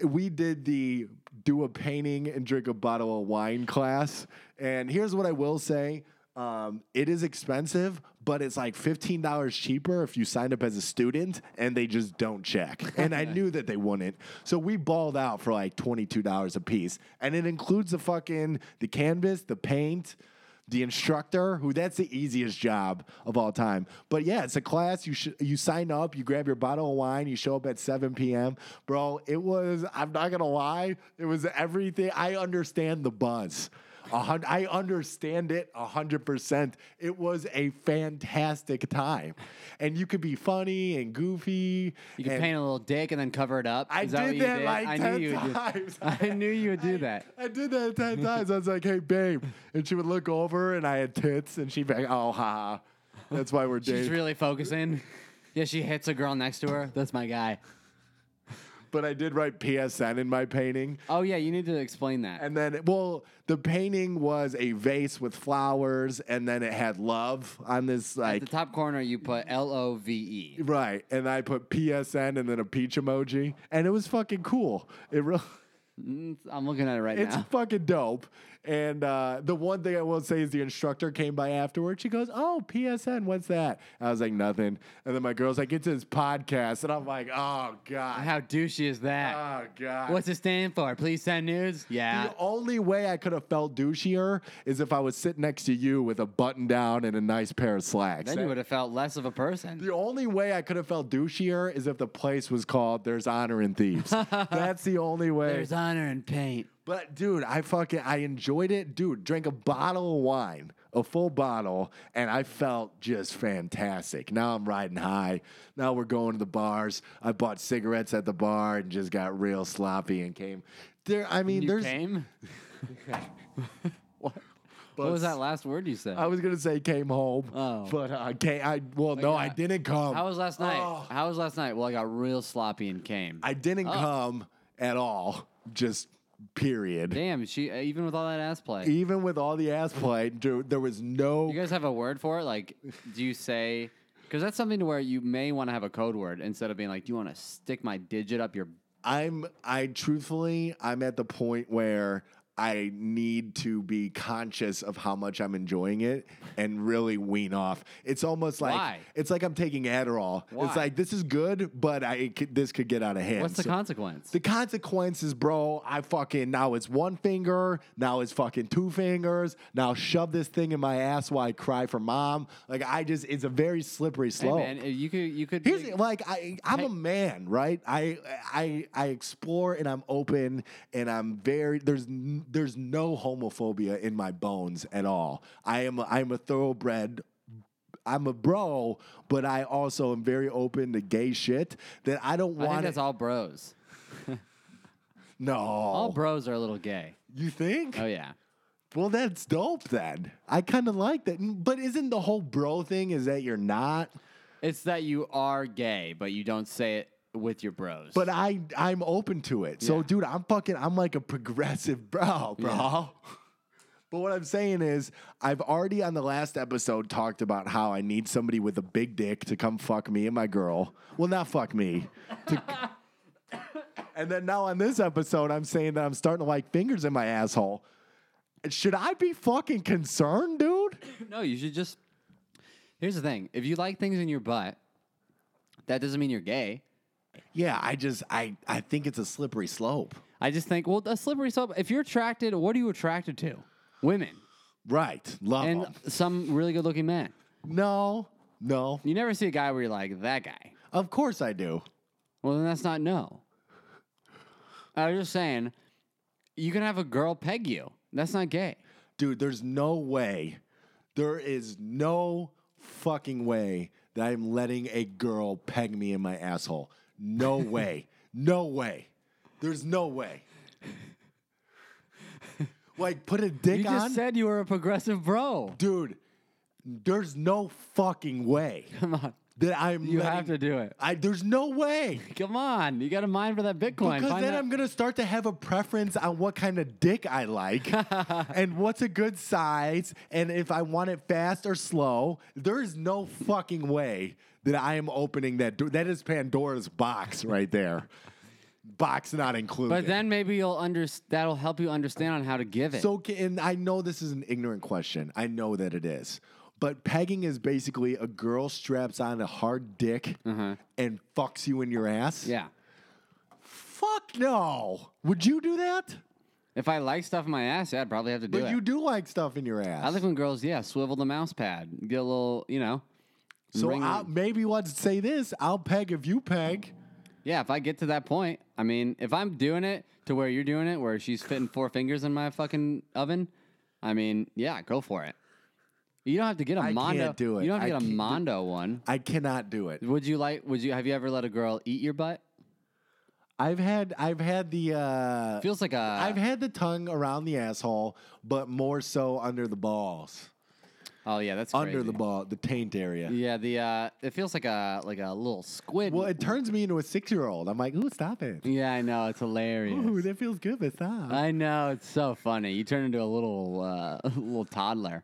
Speaker 4: We did the do a painting and drink a bottle of wine class. And here's what I will say um, it is expensive, but it's like $15 cheaper if you sign up as a student and they just don't check. And I knew that they wouldn't. So we balled out for like $22 a piece. And it includes the fucking the canvas, the paint, the instructor who that's the easiest job of all time but yeah it's a class you sh- you sign up you grab your bottle of wine you show up at 7 p.m bro it was i'm not gonna lie it was everything i understand the buzz A hun- I understand it 100%. It was a fantastic time. And you could be funny and goofy.
Speaker 3: You can
Speaker 4: and
Speaker 3: paint a little dick and then cover it up.
Speaker 4: I
Speaker 3: Is
Speaker 4: did
Speaker 3: what you
Speaker 4: that like
Speaker 3: I
Speaker 4: 10
Speaker 3: knew you would
Speaker 4: times.
Speaker 3: Do, I knew you would do that.
Speaker 4: I did that 10 times. I was like, hey, babe. And she would look over and I had tits and she'd be like, oh, ha. ha. That's why we're dating.
Speaker 3: She's really focusing. Yeah, she hits a girl next to her. That's my guy.
Speaker 4: but I did write PSN in my painting.
Speaker 3: Oh yeah, you need to explain that.
Speaker 4: And then, well, the painting was a vase with flowers, and then it had love on this,
Speaker 3: At
Speaker 4: like,
Speaker 3: the top corner, you put L O V E.
Speaker 4: right. And I put PSN and then a peach emoji, and it was fucking cool. It really.
Speaker 3: Mm, I'm looking at it right
Speaker 4: It's
Speaker 3: now.
Speaker 4: fucking dope. And uh, the one thing I will say is the instructor came by afterward. She goes, "Oh, PSN, what's that?" I was like, "Nothing." And then my girl's like, "It's his podcast," and I'm like, "Oh god,
Speaker 3: How douchey is that?
Speaker 4: oh god."
Speaker 3: What's it stand for? Please send nudes. Yeah.
Speaker 4: the only way I could have felt douchier is if I was sitting next to you with a button down and a nice pair of slacks.
Speaker 3: Then
Speaker 4: That-
Speaker 3: you would have felt less of a person.
Speaker 4: the only way I could have felt douchier is if the place was called "There's Honor in Thieves." That's the only way.
Speaker 3: There's honor in paint.
Speaker 4: But dude, I fucking I enjoyed it. Dude, drank a bottle of wine, a full bottle, and I felt just fantastic. Now I'm riding high. Now we're going to the bars. I bought cigarettes at the bar and just got real sloppy and came. There, I mean,
Speaker 3: You
Speaker 4: there's.
Speaker 3: came? what?
Speaker 4: But-
Speaker 3: What was that last word you said?
Speaker 4: I was gonna say came home,
Speaker 3: Oh.
Speaker 4: but uh, came, I well no, I
Speaker 3: uh,
Speaker 4: didn't come.
Speaker 3: How was last night?
Speaker 4: Oh.
Speaker 3: How was last night? Well, I got real sloppy and came.
Speaker 4: I didn't
Speaker 3: Oh.
Speaker 4: come at all. Just period.
Speaker 3: Damn, she even with all that ass play.
Speaker 4: Even with all the ass play, dude, there was no
Speaker 3: you guys have a word for it? Like, do you say? Because that's something to where you may want to have a code word instead of being like, "Do you want to stick my digit up your?"
Speaker 4: I'm I truthfully I'm at the point where I need to be conscious of how much I'm enjoying it and really wean off. It's almost like
Speaker 3: Why?
Speaker 4: it's like I'm taking Adderall.
Speaker 3: Why?
Speaker 4: It's like this is good, but I it could, this could get out of hand.
Speaker 3: What's the
Speaker 4: So-
Speaker 3: consequence?
Speaker 4: the consequences, bro. I fucking now it's one finger, now it's fucking two fingers. Now shove this thing in my ass while I cry for mom. Like I just, it's a very slippery
Speaker 3: Hey,
Speaker 4: slope.
Speaker 3: man, if you could, you could.
Speaker 4: Here's
Speaker 3: be-
Speaker 4: the- like I I'm a man, right? I I I explore and I'm open and I'm very there's n- there's no homophobia in my bones at all. I am a, I'm a thoroughbred I'm a bro, but I also am very open to gay shit that I don't
Speaker 3: I think
Speaker 4: want.
Speaker 3: that's all bros.
Speaker 4: no, Oh.
Speaker 3: All bros are a little gay.
Speaker 4: you think?
Speaker 3: Oh yeah.
Speaker 4: Well, that's dope then. I kind of like that. N- But isn't the whole bro thing is that you're not?
Speaker 3: It's that you are gay, but you don't say it with your bros.
Speaker 4: But I I'm open to it. So
Speaker 3: Yeah.
Speaker 4: dude, I'm fucking I'm like a progressive bro, bro. But what I'm saying is I've already on the last episode talked about how I need somebody with a big dick to come fuck me and my girl. Well, not fuck me. to- and then now on this episode I'm saying that I'm starting to like fingers in my asshole. Should I be fucking concerned, dude?
Speaker 3: no, you should just. Here's the thing: if you like things in your butt, that doesn't mean you're gay.
Speaker 4: Yeah, I just I I think it's a slippery slope.
Speaker 3: I just think, well, a slippery slope. If you're attracted, what are you attracted to? Women
Speaker 4: Right. Love
Speaker 3: and
Speaker 4: 'em.
Speaker 3: some really good looking man.
Speaker 4: No. No.
Speaker 3: You never see a guy where you're like, that guy.
Speaker 4: Of course I do.
Speaker 3: Well, then that's not no. I was just saying, you can have a girl peg you. That's not gay.
Speaker 4: Dude, there's no way. There is no fucking way that I'm letting a girl peg me in my asshole. No way. no way. There's no way. like put a dick
Speaker 3: You
Speaker 4: on.
Speaker 3: just said you were a progressive bro.
Speaker 4: Dude, there's no fucking way
Speaker 3: Come on.
Speaker 4: that I'm
Speaker 3: You
Speaker 4: letting-
Speaker 3: have to do it.
Speaker 4: I there's no way.
Speaker 3: Come on. You got a mind for that Bitcoin.
Speaker 4: Because
Speaker 3: Find
Speaker 4: then
Speaker 3: out-
Speaker 4: I'm gonna start to have a preference on what kind of dick I like and what's a good size and if I want it fast or slow. There is no fucking way that I am opening that door. That is Pandora's box right there. box not included.
Speaker 3: but then maybe you'll under- that'll help you understand on how to give it.
Speaker 4: so ca- and I know this is an ignorant question. I know that it is. But pegging is basically a girl straps on a hard dick and fucks you in your ass.
Speaker 3: Mm-hmm. yeah.
Speaker 4: Fuck no. Would you do that?
Speaker 3: If I like stuff in my ass, yeah, I'd probably have to do
Speaker 4: But
Speaker 3: it.
Speaker 4: you do like stuff in your ass.
Speaker 3: I like when girls, yeah, swivel the mouse pad, get a little, you know.
Speaker 4: so
Speaker 3: ring-
Speaker 4: I'll, maybe let's say this: I'll peg if you peg.
Speaker 3: yeah, if I get to that point, I mean, if I'm doing it to where you're doing it, where she's fitting four fingers in my fucking oven, I mean, yeah, go for it. You don't have to get a
Speaker 4: I
Speaker 3: mondo.
Speaker 4: can't do it.
Speaker 3: You don't have to
Speaker 4: I
Speaker 3: get
Speaker 4: can't
Speaker 3: a
Speaker 4: do-
Speaker 3: mondo one.
Speaker 4: I cannot do it.
Speaker 3: Would you like? Would you have you ever let a girl eat your butt?
Speaker 4: I've had I've had the uh,
Speaker 3: Feels like a.
Speaker 4: I've had the tongue around the asshole, but more so under the balls,
Speaker 3: oh yeah, that's
Speaker 4: under the
Speaker 3: crazy.
Speaker 4: ball, the taint area.
Speaker 3: Yeah, the uh, it feels like a like a little squid.
Speaker 4: Well, it turns me into a six year old. I'm like, ooh, stop it.
Speaker 3: yeah, I know it's
Speaker 4: Ooh,
Speaker 3: hilarious.
Speaker 4: that feels good, but stop.
Speaker 3: I know it's so funny. You turn into a little uh, little toddler.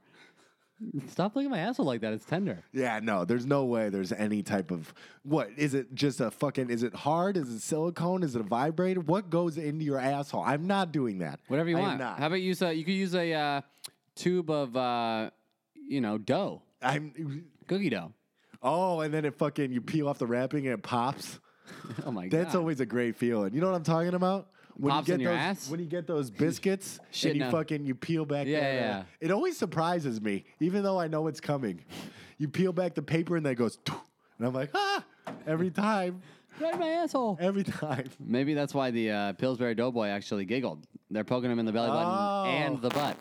Speaker 3: Stop looking at my asshole like that. It's tender.
Speaker 4: Yeah, no, there's no way there's any type of what is it just a fucking is it hard? Is it silicone? Is it a vibrator? What goes into your asshole? I'm not doing that.
Speaker 3: Whatever you
Speaker 4: I am
Speaker 3: want.
Speaker 4: not.
Speaker 3: How about use a? You could use a uh, tube of uh, you know dough,
Speaker 4: I'm
Speaker 3: cookie dough.
Speaker 4: oh, and then it fucking you peel off the wrapping and it pops.
Speaker 3: Oh my god.
Speaker 4: That's always a great feeling. You know what I'm talking about? When
Speaker 3: Pops
Speaker 4: you get
Speaker 3: in your
Speaker 4: those,
Speaker 3: ass?
Speaker 4: When you get those biscuits
Speaker 3: Shit,
Speaker 4: and you
Speaker 3: no.
Speaker 4: fucking you peel back
Speaker 3: Yeah,
Speaker 4: that, uh,
Speaker 3: yeah.
Speaker 4: it always surprises me, even though I know it's coming. You peel back the paper and that goes and I'm like, ah every time.
Speaker 3: right in my asshole.
Speaker 4: Every time.
Speaker 3: Maybe that's why the uh, Pillsbury Doughboy actually giggled. They're poking him in the belly button
Speaker 4: Oh.
Speaker 3: and the butt.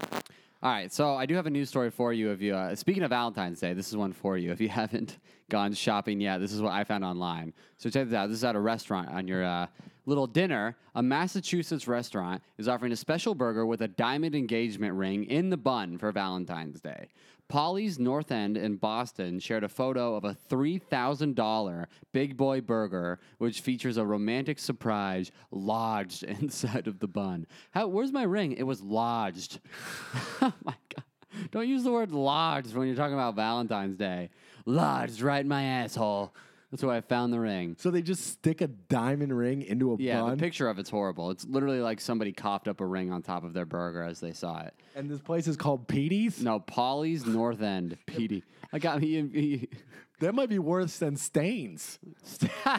Speaker 3: All right, so I do have a news story for you. If you uh, speaking of Valentine's Day, this is one for you. If you haven't gone shopping yet, this is what I found online. So check this out. This is at a restaurant on your uh, little dinner. A Massachusetts restaurant is offering a special burger with a diamond engagement ring in the bun for Valentine's Day. Polly's North End in Boston shared a photo of a $3,000 Big Boy burger, which features a romantic surprise lodged inside of the bun. How, where's my ring? It was lodged. oh my God. Don't use the word lodged when you're talking about Valentine's Day. Lodged right in my asshole. That's where I found the ring.
Speaker 4: So they just stick a diamond ring into a
Speaker 3: Yeah,
Speaker 4: bun.
Speaker 3: the picture of it's horrible. It's literally like somebody coughed up a ring on top of their burger as they saw it.
Speaker 4: and this place is called Petey's.
Speaker 3: No, Polly's North End, Petey. I got me.
Speaker 4: That might be worse than Stains.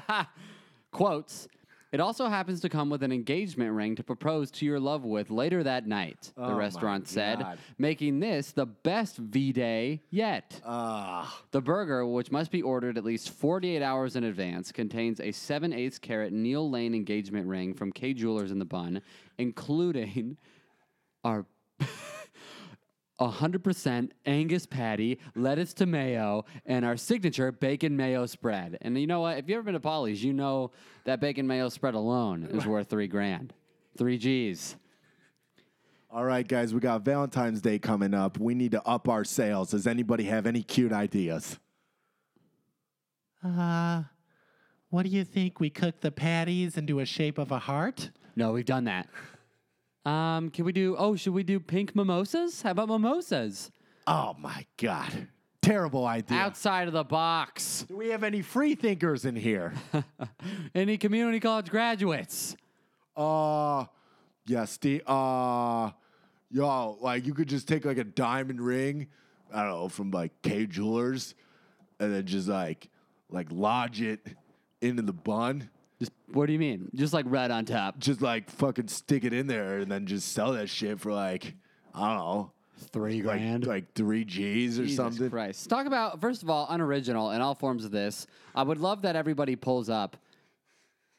Speaker 3: Quotes. It also happens to come with an engagement ring to propose to your love with later that night,
Speaker 4: Oh
Speaker 3: the
Speaker 4: my
Speaker 3: restaurant said,
Speaker 4: God.
Speaker 3: making this the best V Day yet.
Speaker 4: Ah,
Speaker 3: The burger, which must be ordered at least 48 hours in advance, contains a 7 8 carat Neil Lane engagement ring from K Jewelers in the Bun, including our 100% Angus patty, lettuce to mayo, and our signature bacon mayo spread. And you know what? If you've ever been to Polly's, you know that bacon mayo spread alone is worth three grand. Three G's.
Speaker 4: all right, guys, we got Valentine's Day coming up. We need to up our sales. Does anybody have any cute ideas? Uh, what do you think? We cook the patties into a shape of a heart?
Speaker 3: No, we've done that. Um, can we do? Oh, should we do pink mimosas? How about mimosas?
Speaker 4: Oh my God. Terrible idea.
Speaker 3: outside of the box.
Speaker 4: do we have any free thinkers in here?
Speaker 3: Any community college graduates?
Speaker 4: uh, yeah, Steve. Uh, yo, like you could just take like a diamond ring, I don't know, from like K Jewelers, and then just like like lodge it into the bun,
Speaker 3: Just what do you mean? Just like red on top,
Speaker 4: just like fucking stick it in there, and then just sell that shit for like I don't know,
Speaker 3: three
Speaker 4: like like three G's or
Speaker 3: Jesus
Speaker 4: something.
Speaker 3: Christ. Talk about first of all unoriginal in all forms of this. I would love that everybody pulls up.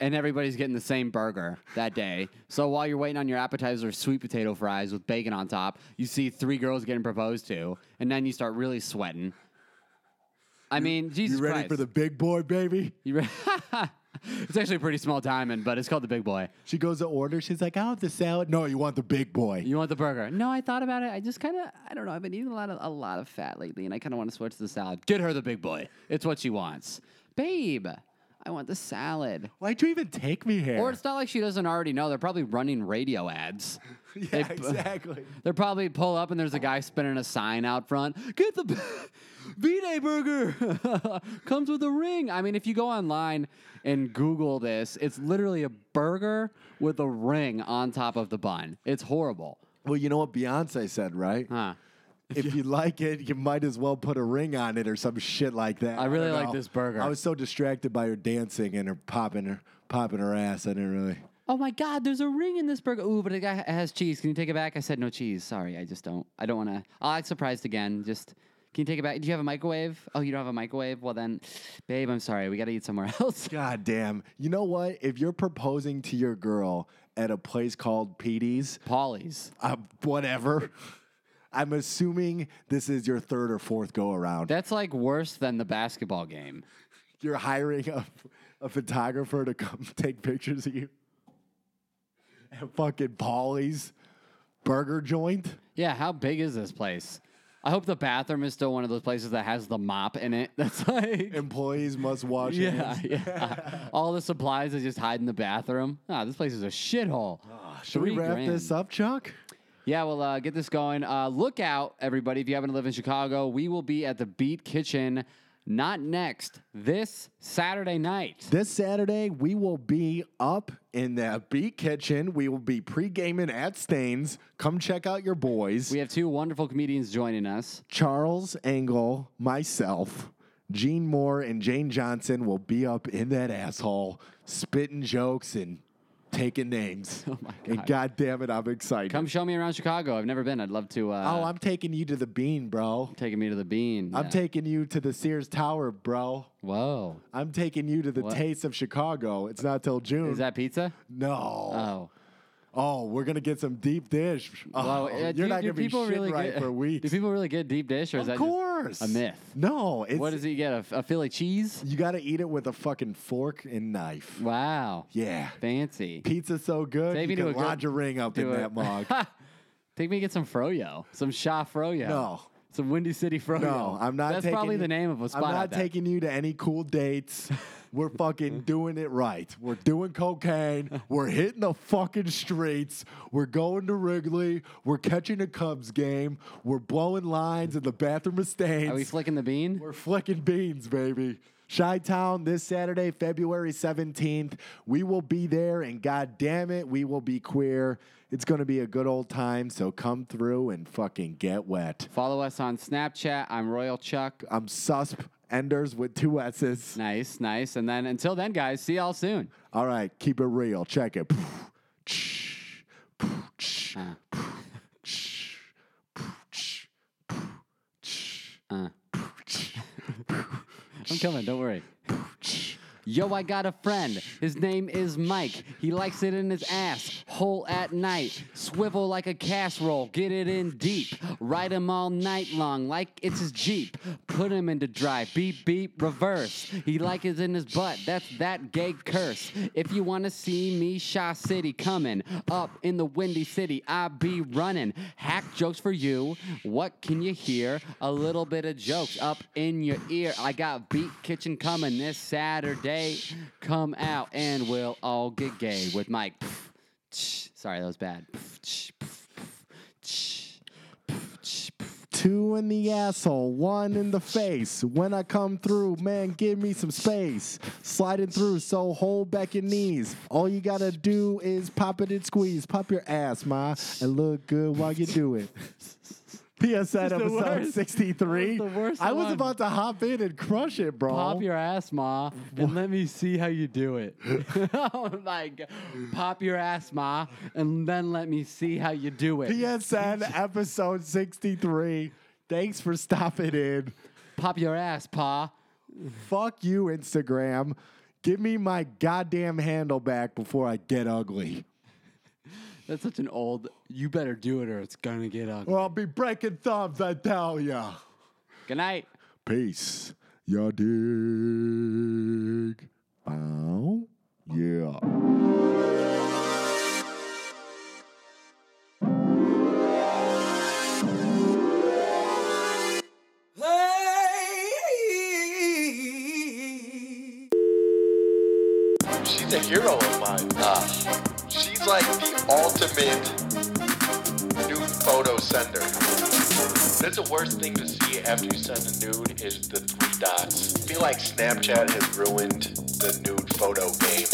Speaker 3: And everybody's getting the same burger that day. So while you're waiting on your appetizer, sweet potato fries with bacon on top, you see three girls getting proposed to, and then you start really sweating. I mean, Jesus
Speaker 4: You ready
Speaker 3: Christ.
Speaker 4: for the big boy, baby?
Speaker 3: You re- it's actually a pretty small diamond, but it's called the Big Boy.
Speaker 4: She goes to order. She's like, "I want the salad." No, you want the big boy.
Speaker 3: You want the burger? No, I thought about it. I just kind of, I don't know. I've been eating a lot of a lot of fat lately, and I kind of want to switch to the salad. Get her the big boy. It's what she wants, babe. I want the salad.
Speaker 4: Why'd you even take me here?
Speaker 3: Or it's not like she doesn't already know. They're probably running radio ads.
Speaker 4: yeah, exactly.
Speaker 3: They're probably pull up and there's a guy spinning a sign out front. Get the V-Day burger. Comes with a ring. I mean, if you go online and Google this, it's literally a burger with a ring on top of the bun. It's horrible.
Speaker 4: Well, you know what Beyonce said, right?
Speaker 3: Huh.
Speaker 4: If you like it, you might as well put a ring on it or some shit like that.
Speaker 3: I really
Speaker 4: don't
Speaker 3: like
Speaker 4: know.
Speaker 3: this burger.
Speaker 4: I was so distracted by her dancing and her popping her popping her ass. I didn't really.
Speaker 3: Oh my God, there's a ring in this burger. Ooh, but it got- it has cheese. Can you take it back? I said no cheese. Sorry, I just don't. I don't want to. I'll act surprised again. Just can you take it back? Do you have a microwave? Oh, you don't have a microwave? Well then, babe, I'm sorry. We got to eat somewhere else.
Speaker 4: God damn. You know what? If you're proposing to your girl at a place called Petey's,
Speaker 3: Polly's.
Speaker 4: uh, whatever. I'm assuming this is your third or fourth go around.
Speaker 3: That's like worse than the basketball game.
Speaker 4: You're hiring a, a photographer to come take pictures of you at fucking Polly's burger joint.
Speaker 3: Yeah, how big is this place? I hope the bathroom is still one of those places that has the mop in it. That's like.
Speaker 4: Employees must wash
Speaker 3: Yeah,
Speaker 4: hands.
Speaker 3: yeah. All the supplies I just hide in the bathroom. Ah, this place is a shithole.
Speaker 4: Should we
Speaker 3: Three
Speaker 4: wrap
Speaker 3: grand.
Speaker 4: this up, Chuck?
Speaker 3: Yeah, well, uh, get this going. Uh, look out, everybody. If you happen to live in Chicago, we will be at the Beat Kitchen, not next, this Saturday night.
Speaker 4: This Saturday, we will be up in the Beat Kitchen. We will be pre gaming at Stains. Come check out your boys
Speaker 3: We have two wonderful comedians joining us.
Speaker 4: Charles Engel, myself, Gene Moore, and Jane Johnson will be up in that asshole spitting jokes and taking names. Oh
Speaker 3: my
Speaker 4: And goddamn it, I'm excited.
Speaker 3: Come show me around Chicago. I've never been. I'd love to. Uh,
Speaker 4: oh, I'm taking you to the bean, bro.
Speaker 3: taking me to the bean.
Speaker 4: I'm
Speaker 3: Yeah.
Speaker 4: taking you to the Sears Tower, bro.
Speaker 3: Whoa.
Speaker 4: I'm taking you to the
Speaker 3: What?
Speaker 4: Taste of Chicago. It's not till June.
Speaker 3: Is that pizza?
Speaker 4: no.
Speaker 3: Oh.
Speaker 4: Oh. we're gonna get some deep dish. Oh,
Speaker 3: Wow.
Speaker 4: you're
Speaker 3: Uh, do-
Speaker 4: not
Speaker 3: do
Speaker 4: gonna be
Speaker 3: people
Speaker 4: shit right
Speaker 3: get-
Speaker 4: for weeks.
Speaker 3: Do people really get deep dish, or is
Speaker 4: of
Speaker 3: that
Speaker 4: course,
Speaker 3: a myth?
Speaker 4: No, it's
Speaker 3: Just, what does he get? A, a Philly cheese?
Speaker 4: You got to eat it with a fucking fork and knife.
Speaker 3: Wow.
Speaker 4: Yeah.
Speaker 3: Fancy.
Speaker 4: Pizza's so good,
Speaker 3: Take me
Speaker 4: you
Speaker 3: to
Speaker 4: can
Speaker 3: a good-
Speaker 4: lodge a ring up in
Speaker 3: to a-
Speaker 4: that mug.
Speaker 3: Take me and get some froyo, some Shaw froyo.
Speaker 4: No.
Speaker 3: Some Windy City froyo.
Speaker 4: No, I'm not
Speaker 3: That's
Speaker 4: taking
Speaker 3: probably
Speaker 4: you-
Speaker 3: the name of a spot.
Speaker 4: I'm
Speaker 3: out
Speaker 4: not
Speaker 3: there.
Speaker 4: taking you to any cool dates. We're fucking doing it right. We're doing cocaine. We're hitting the fucking streets. We're going to Wrigley. We're catching a Cubs game. We're blowing lines in the bathroom of stains.
Speaker 3: Are we flicking the bean?
Speaker 4: We're flicking beans, baby. Chi Town this Saturday, February 17th. We will be there, and god damn it, we will be queer. It's going to be a good old time, so come through and fucking get wet.
Speaker 3: Follow us on Snapchat. I'm Royal Chuck.
Speaker 4: I'm susp, enders with two S's.
Speaker 3: Nice, nice. And then until then, guys, see y'all soon.
Speaker 4: All right, keep it real. Check it. Psh, psh,
Speaker 3: Uh.
Speaker 4: psh, psh, psh,
Speaker 3: Uh.
Speaker 4: psh.
Speaker 3: I'm coming. Don't worry. Yo, I got a friend. His name is Mike. He likes it in his ass, whole at night. Swivel like a casserole, get it in deep. Ride him all night long like it's his Jeep. Put him into drive, beep, beep, reverse. He like is in his butt, that's that gay curse. If you wanna see me, Shaw City coming up in the windy city, I be running. Hack jokes for you. What can you hear? A little bit of jokes up in your ear. I got Beat Kitchen coming this Saturday. Come out and we'll all get gay with Mike. Sorry, that was bad.
Speaker 4: Two in the asshole, one in the face. When I come through, man, give me some space. Sliding through, so hold back your knees. All you gotta do is pop it and squeeze. Pop your ass, ma, and look good while you do it. PSN
Speaker 3: the
Speaker 4: episode
Speaker 3: worst.
Speaker 4: 63.
Speaker 3: That was the worst
Speaker 4: I was
Speaker 3: one.
Speaker 4: about to hop in and crush it, bro.
Speaker 3: Pop your ass, ma, and let me see how you do it. oh my god. Pop your ass, ma, and then let me see how you do it.
Speaker 4: PSN episode 63. Thanks for stopping in.
Speaker 3: Pop your ass, pa.
Speaker 4: Fuck you, Instagram. Give me my goddamn handle back before I get ugly.
Speaker 3: That's such an old. You better do it, or it's gonna get ugly.
Speaker 4: Or I'll be breaking thumbs, I tell ya.
Speaker 3: Good night.
Speaker 4: Peace. Your dig. Bow. Yeah.
Speaker 1: She's a hero of mine.
Speaker 2: Uh,
Speaker 1: She's like the ultimate nude photo sender. That's the worst thing to see after you send a nude is the three dots. I feel like Snapchat has ruined the nude photo game.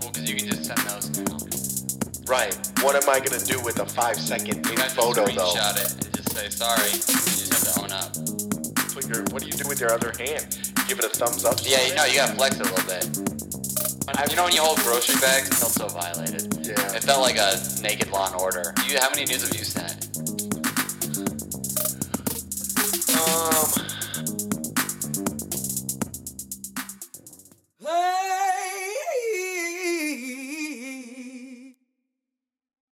Speaker 2: well, because you can just send those now.
Speaker 1: Right. What am I gonna do with a five second
Speaker 2: You
Speaker 1: nude
Speaker 2: guys
Speaker 1: photo
Speaker 2: just
Speaker 1: though?
Speaker 2: screenshot it and just say sorry. You just have to own up.
Speaker 1: Put your, what do you do with your other hand? Give it a thumbs up.
Speaker 2: Yeah, you know, you gotta flex it a little bit. When- You know, when you hold grocery bags, it felt so violated.
Speaker 1: Yeah.
Speaker 2: It felt like a naked Law and Order. You, how many news have you sent?
Speaker 1: Um.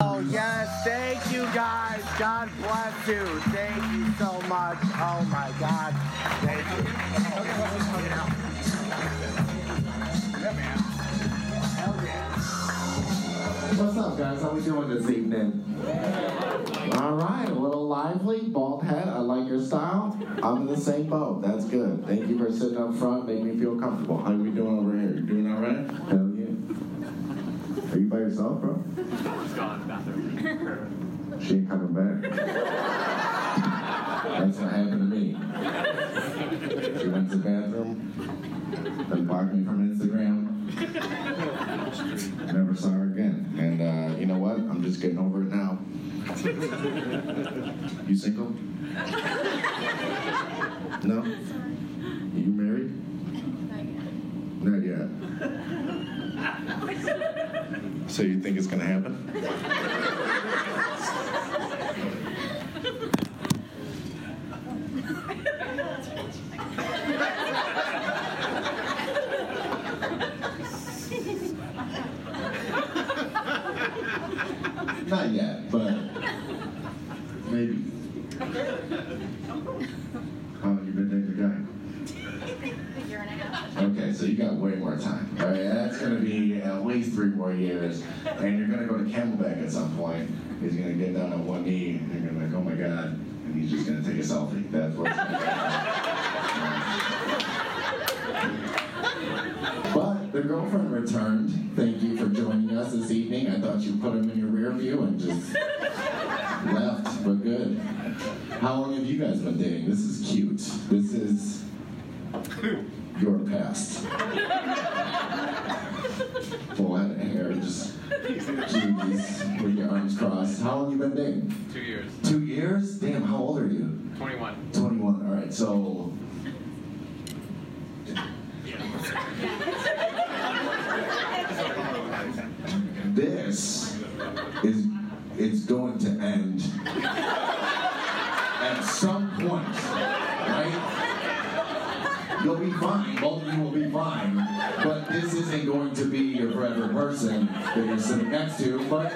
Speaker 5: Oh, yes. Thank you, guys. God bless you. Thank you so much. Oh, my God. Thank you. Yeah, man. Hell yeah.
Speaker 6: What's up, guys? How we doing this evening? All right, a little lively, bald head. I like your style. I'm in the same boat. That's good. Thank you for sitting up front, making me feel comfortable. How we doing over here? You doing all right? Hell yeah. Are you by yourself, bro? She ain't coming back. That's what happened to me. She went to the bathroom, then blocked me from Instagram. Never saw her again. And uh, you know what? I'm just getting over it now. You single? No? You married? Not yet. So you think it's gonna happen? Not yet, but maybe. How long you been dating the guy?
Speaker 7: year and a half.
Speaker 6: Okay, so you got way more time. All right, that's gonna be at least three more years, and you're gonna go to Camelback at some point. He's gonna get down on one knee, and you're gonna be like, "Oh my god," and he's just gonna take a selfie. That's what's gonna happen. But the girlfriend returned. Thank you for joining us this evening. I thought you put him in your rear view and just left, but good. How long have you guys been dating? This is cute. This is your past. Flat hair, just jeez, with your arms crossed. How long you been dating?
Speaker 2: Two years.
Speaker 6: Two years? Damn, how old are you?
Speaker 2: 21.
Speaker 6: 21. All right, so. This is is going to end at some point, right? You'll be fine. Both of you will be fine. But this isn't going to be your forever person that you're sitting next to. But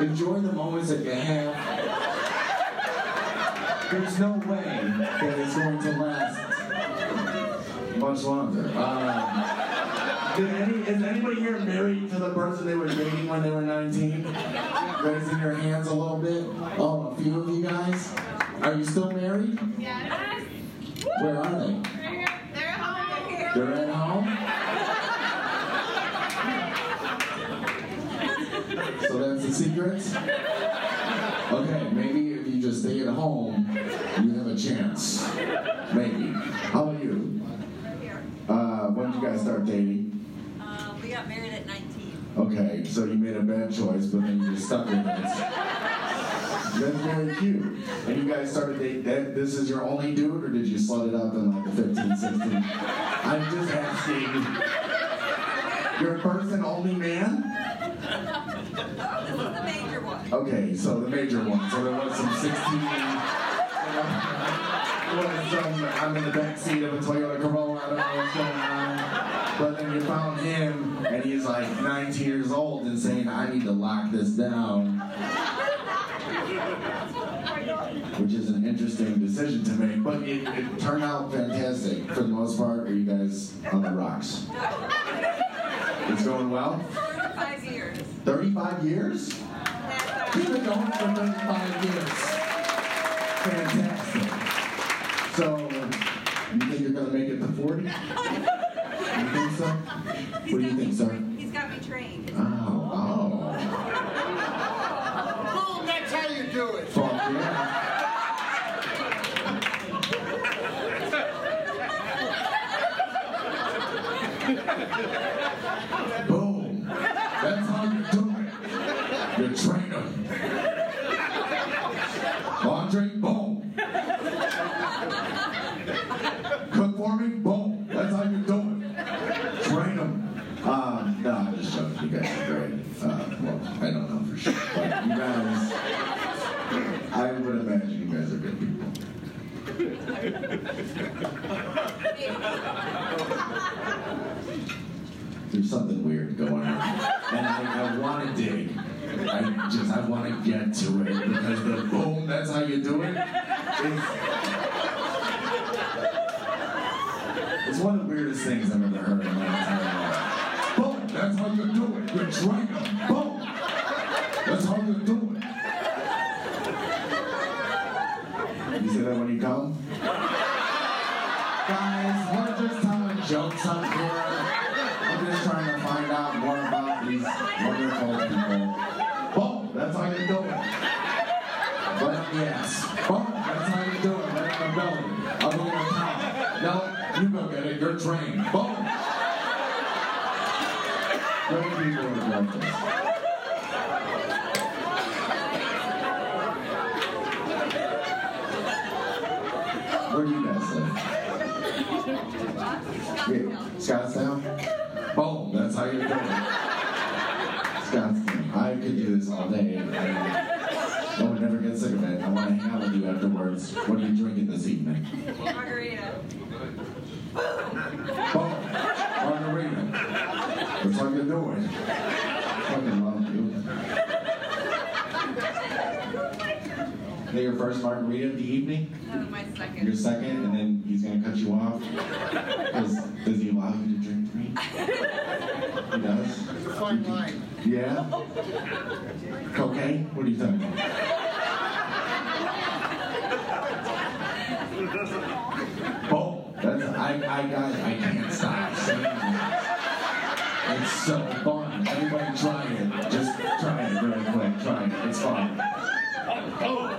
Speaker 6: enjoy the moments that you have. There's no way that it's going to last much longer. Um, did any, is anybody here married to the person they were dating when they were 19? Raising your hands a little bit. Oh, a few of you guys. Are you still married?
Speaker 7: Yeah.
Speaker 6: Where are they?
Speaker 7: They're home.
Speaker 6: They're at home? so that's the secret? Okay, maybe if you just stay at home, you have a chance. Maybe. How are you? Uh, when did you guys start dating?
Speaker 8: Uh, we got married at 19.
Speaker 6: Okay, so you made a bad choice, but then you just stuck with it. That's very cute. And you guys started dating. That, this is your only dude, or did you slut it up in like the 15, 16? I'm just asking. Your first and only man?
Speaker 8: This is the major one.
Speaker 6: Okay, so the major one. So there was some 16. there was some, I'm in the back seat of a Toyota Corolla. I don't know what's going on. But then you found him, and he's like 19 years old and saying, I need to lock this down. Which is an interesting decision to make, but it, it turned out fantastic. For the most part, are you guys on the rocks? It's going well?
Speaker 8: Thirty-five years.
Speaker 6: 35 years?
Speaker 8: That's
Speaker 6: We've been going for 35 years. Fantastic. So, you think you're going to make it to 40? You think so?
Speaker 8: our-
Speaker 6: What do you think, sir?
Speaker 8: He's got me trained.
Speaker 6: Oh, oh.
Speaker 5: Boom, that's how you do it.
Speaker 6: Fuck yeah. Boom. That's how you do it. You train 'em. Laundry, boom. Cook for me, boom. That's how you do it. Train 'em. Uh, no, I'm just joking. You guys are great. Uh, well, I don't know for sure. But you guys. I would imagine you guys are good people. There's something weird going on. And I, I want to dig. I just, I want to get to it because the boom, that's how you do it. It's, it's one of the weirdest things I've ever heard in my entire life. Boom, that's how you do it. You're trying to boom. That's how you do it. You say that when you come? Guys, we're just telling jokes up here. I'm just trying to find out more about these wonderful people. Boom! That's how you do it. ass. Fuck, that's how you do it, man. I'm belly. I'm going to town. No, you go get it. You're trained. Boom. Great people would have loved this. Where do you guys live? Yeah, Scottsdale? Boom, that's how you're doing. Scottsdale. I could do this all day. I- No one ever gets sick of it. I want to hang out with you afterwards. What are you drinking this evening?
Speaker 8: Margarita.
Speaker 6: Boom, margarita. That's what you're doing. Fucking love you. Is that your first margarita of the evening?
Speaker 8: No, uh, my
Speaker 6: your
Speaker 8: second.
Speaker 6: second, and then he's gonna cut you off. Does, does he allow you to drink three? He does.
Speaker 5: It's a fine line.
Speaker 6: Yeah. Cocaine? What are you talking about? Boom. Oh, That's I I got it. I can't stop saying that. It's so fun. Everybody try it. Just try it really quick. Try it. It's fun. Boom.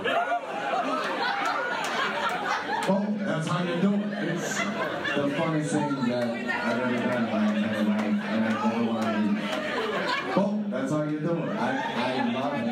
Speaker 6: That's how you do it. It's the funnest thing that I've ever done in my entire life, and I never want to do. Boom. That's how you do it. I, I love